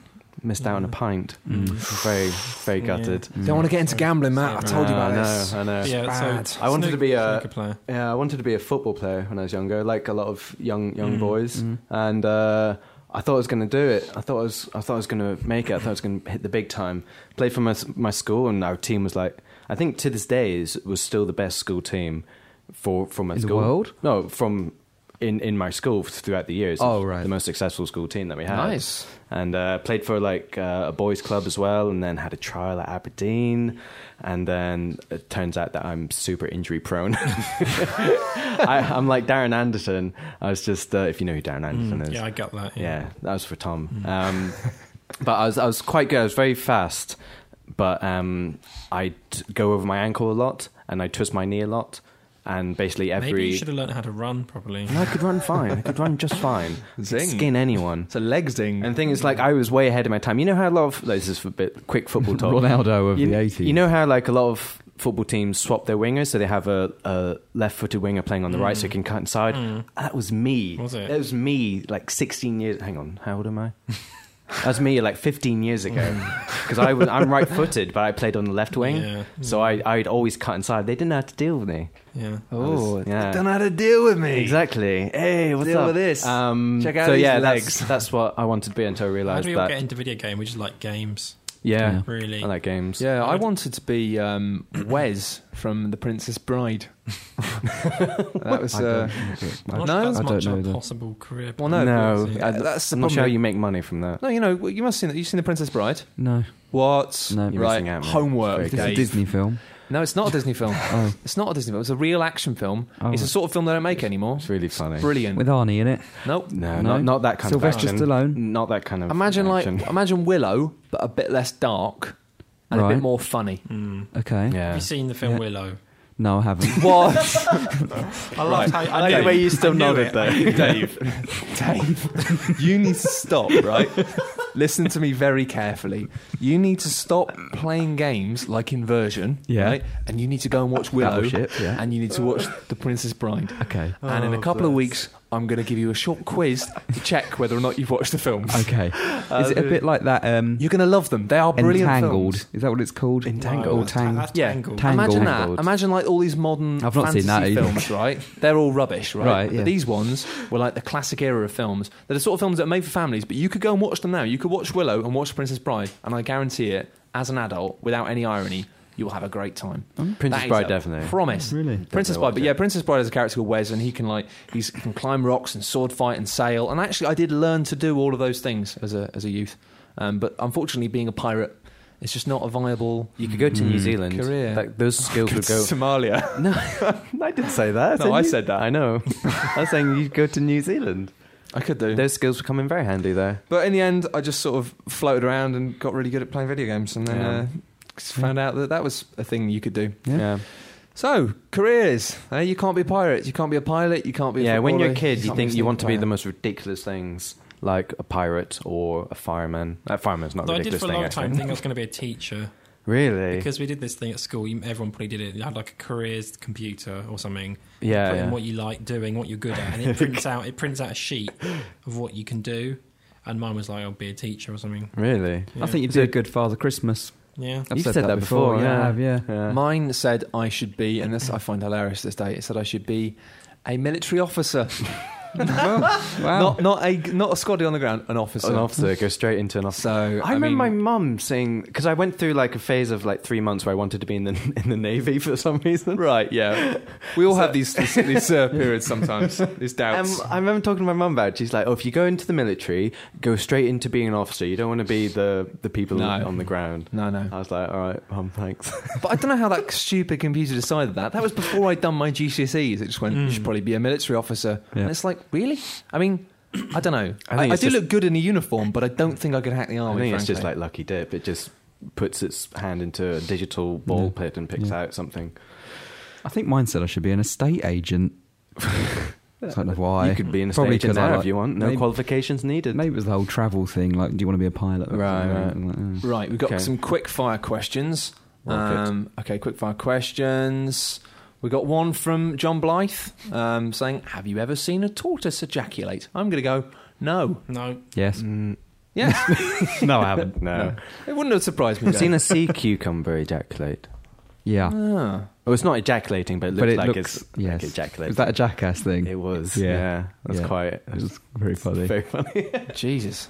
Missed out on a pint.
Mm.
Very, very gutted. Uh,
Don't want to get into gambling,
Matt. I told
I know, I know.
Yeah,
bad.
so
I wanted to be a-
snooker player.
Yeah, I wanted to be a football player when I was younger, like a lot of young young
Mm,
boys. And uh, I thought I was going to do it. I thought I was I thought I was going to make it. I thought I was going to hit the big time. Played for my my school, and our team was like I think to this day is was still the best school team for from my
In the
school.
world?
No, from in in my school throughout the years.
Oh, right.
the most successful school team that we had
Nice.
and uh, played for like uh, a boys club as well and then had a trial at aberdeen and then it turns out that i'm super injury prone *laughs* I, i'm like darren anderson i was just uh, if you know who darren anderson is
Mm. Yeah, I Mm. got that. Yeah.
yeah, that was for Tom.
*laughs*
Um, but I was I was quite good. I was very fast, but um, I'd go over my ankle a lot and I twist my knee a lot, and basically every
Maybe you should have learned how to run properly.
And I could run fine. I could run just fine. I could
Zing.
Skin anyone.
It's a legs ding.
And the thing is, like, I was way ahead of my time. You know how a lot of this is a bit quick football
*laughs*
talk.
Ronaldo of
you,
the 80s.
You know how like a lot of football teams swap their wingers, so they have a, a left-footed winger playing on the right, so he can cut inside. That was me.
Mm. Was it?
That was me. Like 16 years. Hang on, how old am
*laughs*
I? That's me, like 15 years ago, *laughs* because I was I'm right-footed, but I played on the left wing,
Mm. Yeah.
so I I'd always cut inside. They didn't know how to deal with me.
Yeah.
*laughs* Oh, yeah.
know how to deal with me.
Exactly. Hey, what's
Deal
up
with this.
Um,
Check out
so
these
yeah,
legs.
That's, that's what I wanted to be until I
How
realised
do we all
that.
get into video game? We just like games,
yeah,
really.
I like games.
Yeah, I wanted to be um, Wes from The Princess Bride. that was.
I
Uh,
don't-
Not
No,
as
I don't
much
know
a
that.
possible career.
well,
no,
no,
yeah.
I,
That's the
I'm not sure
problem.
how you make money from that.
no, you know, you must seen that. You've seen The Princess Bride.
no,
What?
No.
You're
right.
missing out, mate.
Homework.
It's
it's a
Dave.
Disney film.
No, it's not a Disney film.
Oh,
It's not a Disney film. It's a real action film.
Oh.
It's the sort of film they don't make anymore.
It's really funny.
Brilliant.
with Arnie in it.
nope.
No,
No?
Not, not that kind
Sylvester
of action.
Stallone?
Not that kind of.
Imagine like
action. *laughs*
imagine Willow, but a bit less dark and a
Right.
bit more funny.
Mm.
Okay.
Have
yeah.
you seen the film
Yeah.
Willow?
No, I
*laughs*
haven't.
What?
*laughs* I loved how I, knew-
you still
I knew nodded it.
Dave. Dave,
*laughs*
Dave, *laughs* you need to stop. Right, listen to me very carefully. You need to stop playing games like Inversion.
Yeah.
right? and you need to go and watch Willow.
Battleship, yeah.
and you need to watch The Princess
*laughs*
Bride.
Okay.
and
Oh,
in a couple of weeks, I'm going to give you a short quiz to check whether or not you've watched the films.
*laughs*
Okay.
Uh,
Is it a bit like that? Um,
You're going to love them. They are brilliant
Entangled.
films.
Is that what it's called?
Wow,
Or
that's-
Tang-
that's
Yeah.
Tangled.
Tang- Tangled.
Imagine
Tangled.
that. Imagine like all these modern
I've not
fantasy
seen that either.
films, right? They're all rubbish, right?
Right,
But
yeah.
these ones were like the classic era of films. They're the sort of films that are made for families, but you could go and watch them now. You could watch Willow and watch Princess Bride, and I guarantee it, as an adult, without any irony, you will have a great time.
Mm,
Princess
That is
Bride,
a
definitely.
Promise.
Really?
Princess
Don't know
Bride, but
what
yeah,
it-
Princess Bride has a character called Wes, and he can like he's, he can climb rocks and sword fight and sail. And actually, I did learn to do all of those things as a as a youth, um, but unfortunately, being a pirate, it's just not a viable.
you could go to New Zealand.
Korea.
Like, those skills would
*laughs*
go.
Somalia.
No, Oh, *laughs* I didn't say that.
No,
said
I
you-
said that.
I know. I was saying you'd go to New Zealand.
I could do.
Those skills would come in very handy there.
But in the end, I just sort of floated around and got really good at playing video games, and then
Yeah.
uh, just found out that that was a thing you could do.
Yeah.
yeah.
So careers, eh? you can't be a pirate, you can't be a pilot, you can't be. A
yeah, when you're a
footballer,
kid, you
can't
think
a
you want to be
snooker
the most ridiculous things, like a pirate or a fireman. A fireman's not a
Though I did
ridiculous
for a
thing,
long
actually.
time think I was going to be a teacher.
Really?
Because we did this thing at school, you, everyone probably did it. You had like a careers computer or something.
Yeah,
Put in
yeah.
what you like doing, what you're good
*laughs*
at, and it prints out. It prints out a sheet of what you can do. And mine was like, "I'll be a teacher" or something.
really?
Yeah.
I think you'd be a good Father Christmas.
Yeah.
I've
You've said that before, yeah.
I have, yeah.
Yeah.
Mine said I should be, and this I find hilarious this day. It said I should be a military *laughs* officer,
Well, wow.
not not a not a squaddy on the ground, an officer.
an officer go straight into an officer.
So
I, remember my mum saying because I went through like a phase of like three months where I wanted to be in the *laughs* in the navy for some reason.
right, yeah. We all have these these, these uh, periods *laughs* sometimes, these
Um,
doubts.
I remember talking to my mum about. it. She's like, "Oh, if you go into the military, go straight into being an officer. You don't want to be the the people
No.
on the ground."
no, no.
I was like, "All right, mum, thanks."
But I don't know how that stupid computer decided that. That was before I'd done my GCSEs. It just went,
Mm.
you should probably be a military officer.
Yeah.
And it's like, really? I mean, I don't know.
I
I,
think
I, do
it's just-
look good in a uniform, but I don't think I could hack the
Oh,
*laughs* I
army.
think it's just
frankly.
like lucky dip. It just puts its hand into a digital ball
Yeah.
pit and picks
Yeah.
out something.
I think mine said I should be an estate agent. *laughs* I don't know why.
You could be an estate
Probably
agent
'cause I
now
like-
if you want. No
maybe-
qualifications needed.
Maybe it was the whole travel thing. Like, do you want to be a pilot? or
Right,
something? Like, uh,
Right, we've got
Okay.
some quick fire questions.
Rocket.
Um, okay, quick fire questions. We got one from John Blythe um, saying, Have you ever seen a tortoise ejaculate? I'm going to go, No.
No.
Yes.
Mm,
Yeah,
*laughs* no, I
*laughs*
haven't.
no.
*laughs* it wouldn't have surprised me.
I've
though.
seen a sea cucumber ejaculate.
Yeah.
Ah.
Oh, it's not ejaculating, but it looks
But it
like
looks-
it's
yes.
like ejaculating.
Was that a jackass thing?
it
It
was. Yeah,
Yeah.
that's
Yeah.
quite.
was very funny.
Very funny.
Jesus.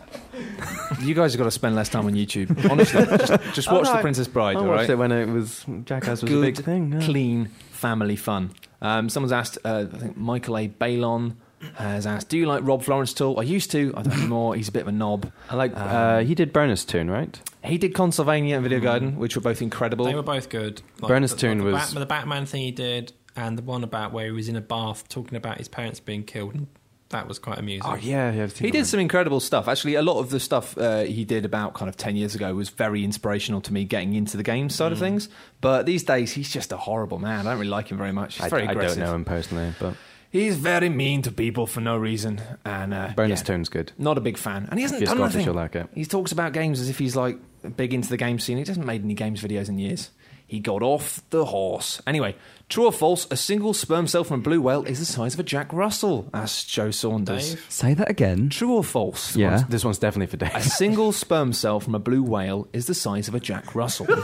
you guys have got to spend less time on YouTube. Honestly, just, just
Oh,
watch
no,
The Princess
I
Bride, all
watched
right?
it when it was Jackass was a
Good,
big thing. yeah.
Clean family fun. Um, someone's asked, uh, I think Michael A. Balon has asked, Do you like Rob Florence at all? I used to, I don't anymore. He's a bit of a knob.
I like.
Um,
uh, he did bonus tune, right?
He did Consylvania and Video Garden, which were both incredible.
They were both good.
Brenner's
the,
tune
the
was-
Bat- the Batman thing he did, and the one about where he was in a bath talking about his parents being killed. and That was quite amusing.
Oh yeah, yeah I've seen
he did
that one.
some incredible stuff. Actually, a lot of the stuff uh, he did about kind of 10 years ago was very inspirational to me getting into the game side of things. But these days, he's just a horrible man. I don't really like him very much. He's
I,
very
I
aggressive.
don't know him personally, but
He's very mean to people for no reason, and uh,
bonus
yeah,
tune's good.
not a big fan. And he hasn't
If you're
done
Scottish, you'll
anything.
like it.
He talks about games as if he's like big into the game scene. He hasn't made any games videos in years. He got off the horse. Anyway, true or false? A single sperm cell from a blue whale is the size of a Jack Russell. Asks Joe Saunders.
Dave?
Say that again.
True or false?
Yeah.
This one's definitely for
A *laughs*
days.
single sperm cell from a blue whale is the size of a Jack Russell. *laughs*
*laughs*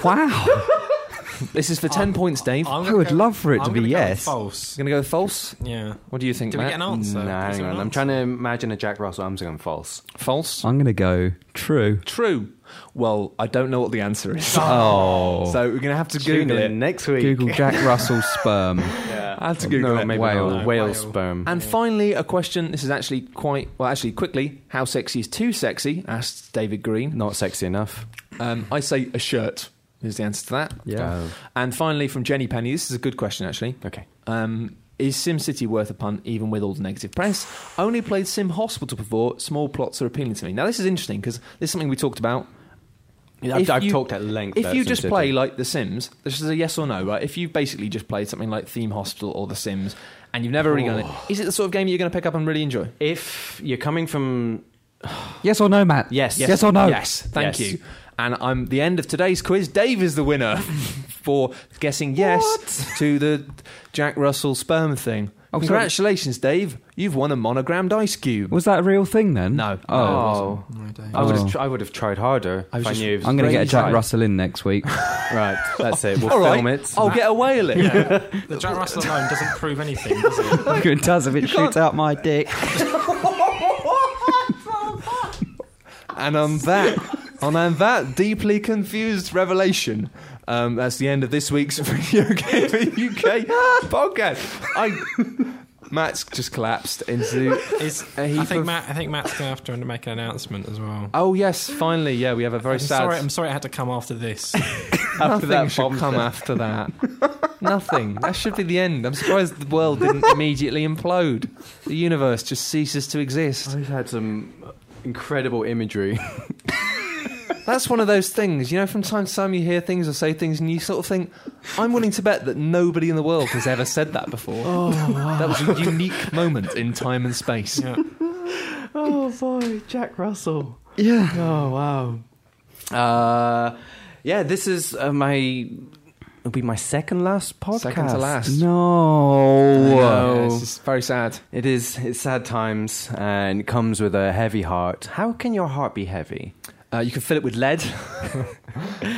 Wow.
this is for 10 points, Dave. I'm
Uh, I'm
I
gonna
would love for it to
I'm
be
gonna go with
yes.
False.
going to go false.
Yeah.
What do you think,
Do we
Matt?
get an answer?
Nah, hang
Is there
on.
an
I'm
answer?
trying to imagine a Jack Russell. I'm just going false.
false?
I'm going to go true.
True. Well, I don't know what the answer is.
*laughs*
*laughs*
Oh.
So we're going to have to
Tune
Google it.
in next week.
Google Jack
*laughs*
Russell sperm.
I have to Google
no,
it.
maybe
Whale.
not.
No,
Whale
whale.
sperm.
And finally, a question. This is actually quite, well, actually, quickly. How sexy is too sexy? asked David Green.
Not sexy enough.
Um, I say a shirt is the answer to that.
Yeah.
Oh,
And finally, from Jenny Penny. This is a good question, actually.
okay.
Um, is SimCity worth a punt, even with all the negative press? Only played Sim Hospital before. Small plots are appealing to me. Now, this is interesting because this is something we talked about
I've,
If
I've
you-
talked at length.
If
about
you
Sim
just
City.
play like The Sims, this is a yes or no, right? If you basically just played something like Theme Hospital or The Sims and you've never really done
Oh.
it, is it the sort of game that you're going to pick up and really enjoy?
if you're coming from
Yes or no, Matt?
Yes.
Yes, or no?
Yes, thank
Yes.
you. And I'm the end of today's quiz. Dave is the winner *laughs* for guessing yes to the Jack Russell sperm thing.
Oh, sorry.
Congratulations, Dave. You've won a monogrammed ice cube.
Was that a real thing then?
No.
Oh.
oh,
No, Dave.
I would
Oh.
have tr- I would have tried harder.
I
if
was
I
just-
knew it was
I'm going to get a
raised.
Jack Russell in next week.
*laughs* Right, that's it. We'll
All right,
film it.
I'll get away with it.
The Jack Russell alone doesn't prove anything, does it?
it does if it shoots out my dick.
And on that, on and that deeply confused revelation, um, that's the end of this week's *laughs* Video Gamer UK podcast. I, Matt's just collapsed into.
Is,
Uh,
I
he
think
pref-
Matt. I think Matt's going to have to make an announcement as well.
Oh yes, finally, yeah, we have a very
I'm
sad.
sorry. I'm sorry. I had to come after this. *laughs*
nothing should come after that. nothing. That should be the end. I'm surprised the world didn't immediately implode. The universe just ceases to exist.
I've had some
*laughs*
incredible imagery.
That's one of those things, you know, from time to time you hear things or say things and you sort of think, I'm willing to bet that nobody in the world has ever said that before. Oh, That was a unique moment in time and space.
Yeah.
oh boy, Jack Russell.
yeah.
Oh wow. Uh, Yeah, this is uh, my. It'll be my second last podcast.
Second to last.
No.
Yeah, it's just very sad.
It is. It's sad times, and it comes with a heavy heart. How can your heart be heavy?
Uh, you can fill it with lead.
*laughs*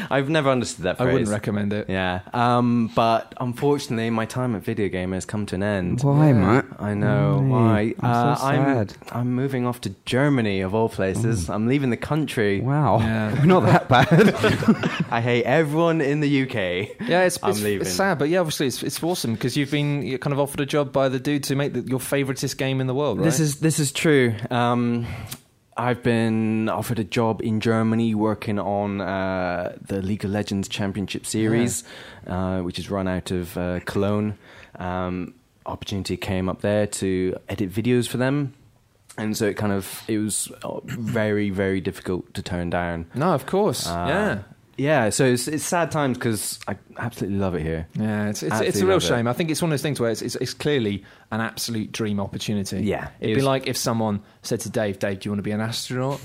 I've never understood that
I
phrase.
wouldn't recommend it.
Yeah, um, but unfortunately, my time at video game has come to an end.
Why, Matt?
I know
Why?
why.
Oh,
Uh,
I'm so sad. Oh.
I'm, I'm moving off to Germany, of all places. I'm leaving the country.
Wow.
Yeah.
We're *laughs* not that bad.
I hate everyone in the UK.
Yeah, it's,
I'm
it's,
leaving.
it's sad, but yeah, obviously it's, it's awesome because you've been you're kind of offered a job by the dude to make the, your favouritest game in the world, right?
This is this is true. Um, I've been offered a job in Germany working on uh, the League of Legends Championship Series, uh, which is run out of uh, Cologne. Um, opportunity came up there to edit videos for them, and so it kind of it was uh, very very difficult to turn down.
no, of course,
Uh,
yeah.
yeah. So it's, it's sad times because I absolutely love it here.
Yeah, it's it's, it's a
Absolutely
real
love it.
shame. I think it's one of those things where it's, it's it's clearly an absolute dream opportunity.
Yeah,
it'd
it
be
is.
like if someone said to Dave, "Dave, do you want to be an astronaut?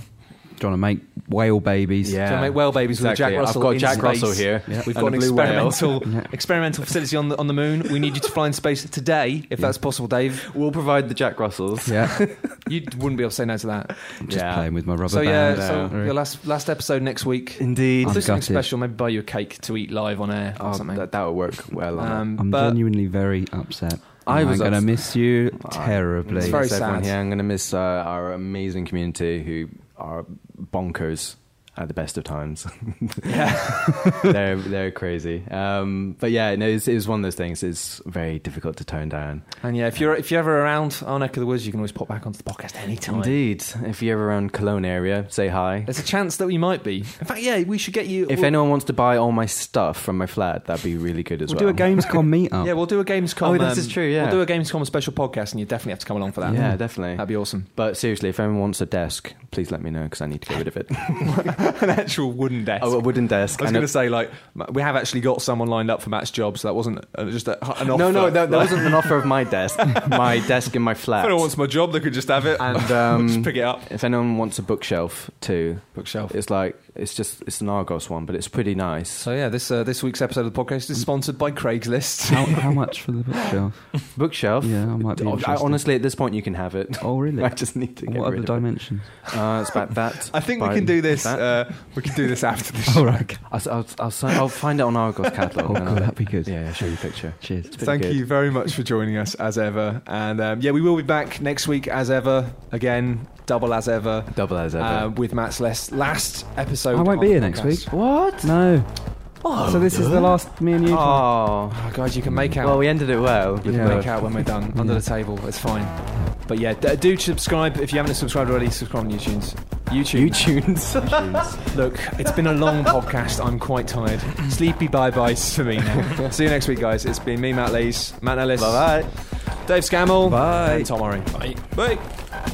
Trying to make whale babies.
Do you want to make whale babies
Exactly.
with Jack Russell?
I've got
in
Jack
space?
Russell here.
We've
*laughs* and
got
a
an
blue whale. *laughs*
experimental experimental facility on the on the moon. We need you to fly in space today, if that's possible, Dave.
We'll provide the Jack *laughs* Russells.
Yeah.
You wouldn't be able to say no to that.
I'm just
Yeah.
playing with my rubber
so yeah,
band.
so
Right.
your last last episode next week.
Indeed.
I'll do
I'm
something
gutted.
special. Maybe buy you a cake to eat live on air or
Oh,
something.
that, that would work well. on
um,
I'm
but
genuinely very upset.
I
I'm
was
going to
upset.
miss you
I-
terribly.
It's very
Thanks, everyone
sad.
here. I'm going to miss uh, our amazing community who are bonkers at the best of times. *laughs* they're they're crazy. Um, but yeah, no, it's, it's one of those things. It's very difficult to tone down.
*laughs* and yeah, if you're if you're ever around our neck of the woods, you can always pop back onto the podcast anytime.
Indeed, if you're around Cologne area, say hi.
There's a chance that we might be. In fact, yeah, we should get you.
If
we'll,
anyone wants to buy all my stuff from my flat, that'd be really good as
We'll
well.
do a Gamescom
*laughs*
meetup.
yeah, we'll do a Gamescom. um,
Oh, this is true, yeah.
we'll do a Gamescom special podcast, and you definitely have to come along for that.
Yeah, definitely.
that'd be awesome.
But seriously, if anyone wants a desk, please let me know because I need to get rid of it.
*laughs* *laughs* An actual wooden desk.
oh, a wooden desk.
I was
and a-
going to say, like, ma- we have actually got someone lined up for Matt's job, so that wasn't uh, just a, an offer.
No, no, that, that
Like, *laughs*
wasn't an offer of my desk. My desk in my
if
flat.
anyone wants my job, they could just have it.
And
*laughs*
um,
just pick it up.
If anyone wants a bookshelf too,
Bookshelf.
it's like it's just it's an Argos one, but it's pretty nice.
So yeah, this uh, this week's episode of the podcast is sponsored by Craigslist.
How, how much for the
*laughs*
bookshelf?
Bookshelf.
Yeah, I might be
Oh, I,
interested.
honestly, at this point, you can have it. *laughs*
Oh, really?
I just need to get
what are
rid
the
of
dimensions?
it. Uh, it's about that.
*laughs*
I think
by
we can do this.
that.
Uh, we can do this after
*laughs*
this.
All right.
I'll, s- I'll, s- I'll, si- I'll find it on Argos catalog.
*laughs* Oh,
and
God,
I'll-
that'd be good.
uh, Yeah, I'll show you a picture.
Cheers.
It's pretty
Thank
good.
you very much for joining us as ever, and um, yeah, we will be back next week as ever again, double as ever,
Double as ever.
uh, with Matt's last last episode.
I won't
of
be
the
here next
podcast.
week. What? No. so this is the last me and you. talk.
oh,
Oh, guys, you can make out.
well, we ended it well. with
You
Yeah.
can
both.
make out when we're done under the table. It's fine. But yeah, d- do subscribe if you haven't subscribed already. Subscribe on YouTube's. YouTube.
YouTunes.
Look, it's been a
*laughs*
long podcast. I'm quite tired. Sleepy bye byes for me
*laughs*
now. See you next week, guys. It's been me, Matt Lees, Matt Ellis,
Bye bye.
Dave Scammell,
Bye.
and Tom Murray.
Bye.
Bye.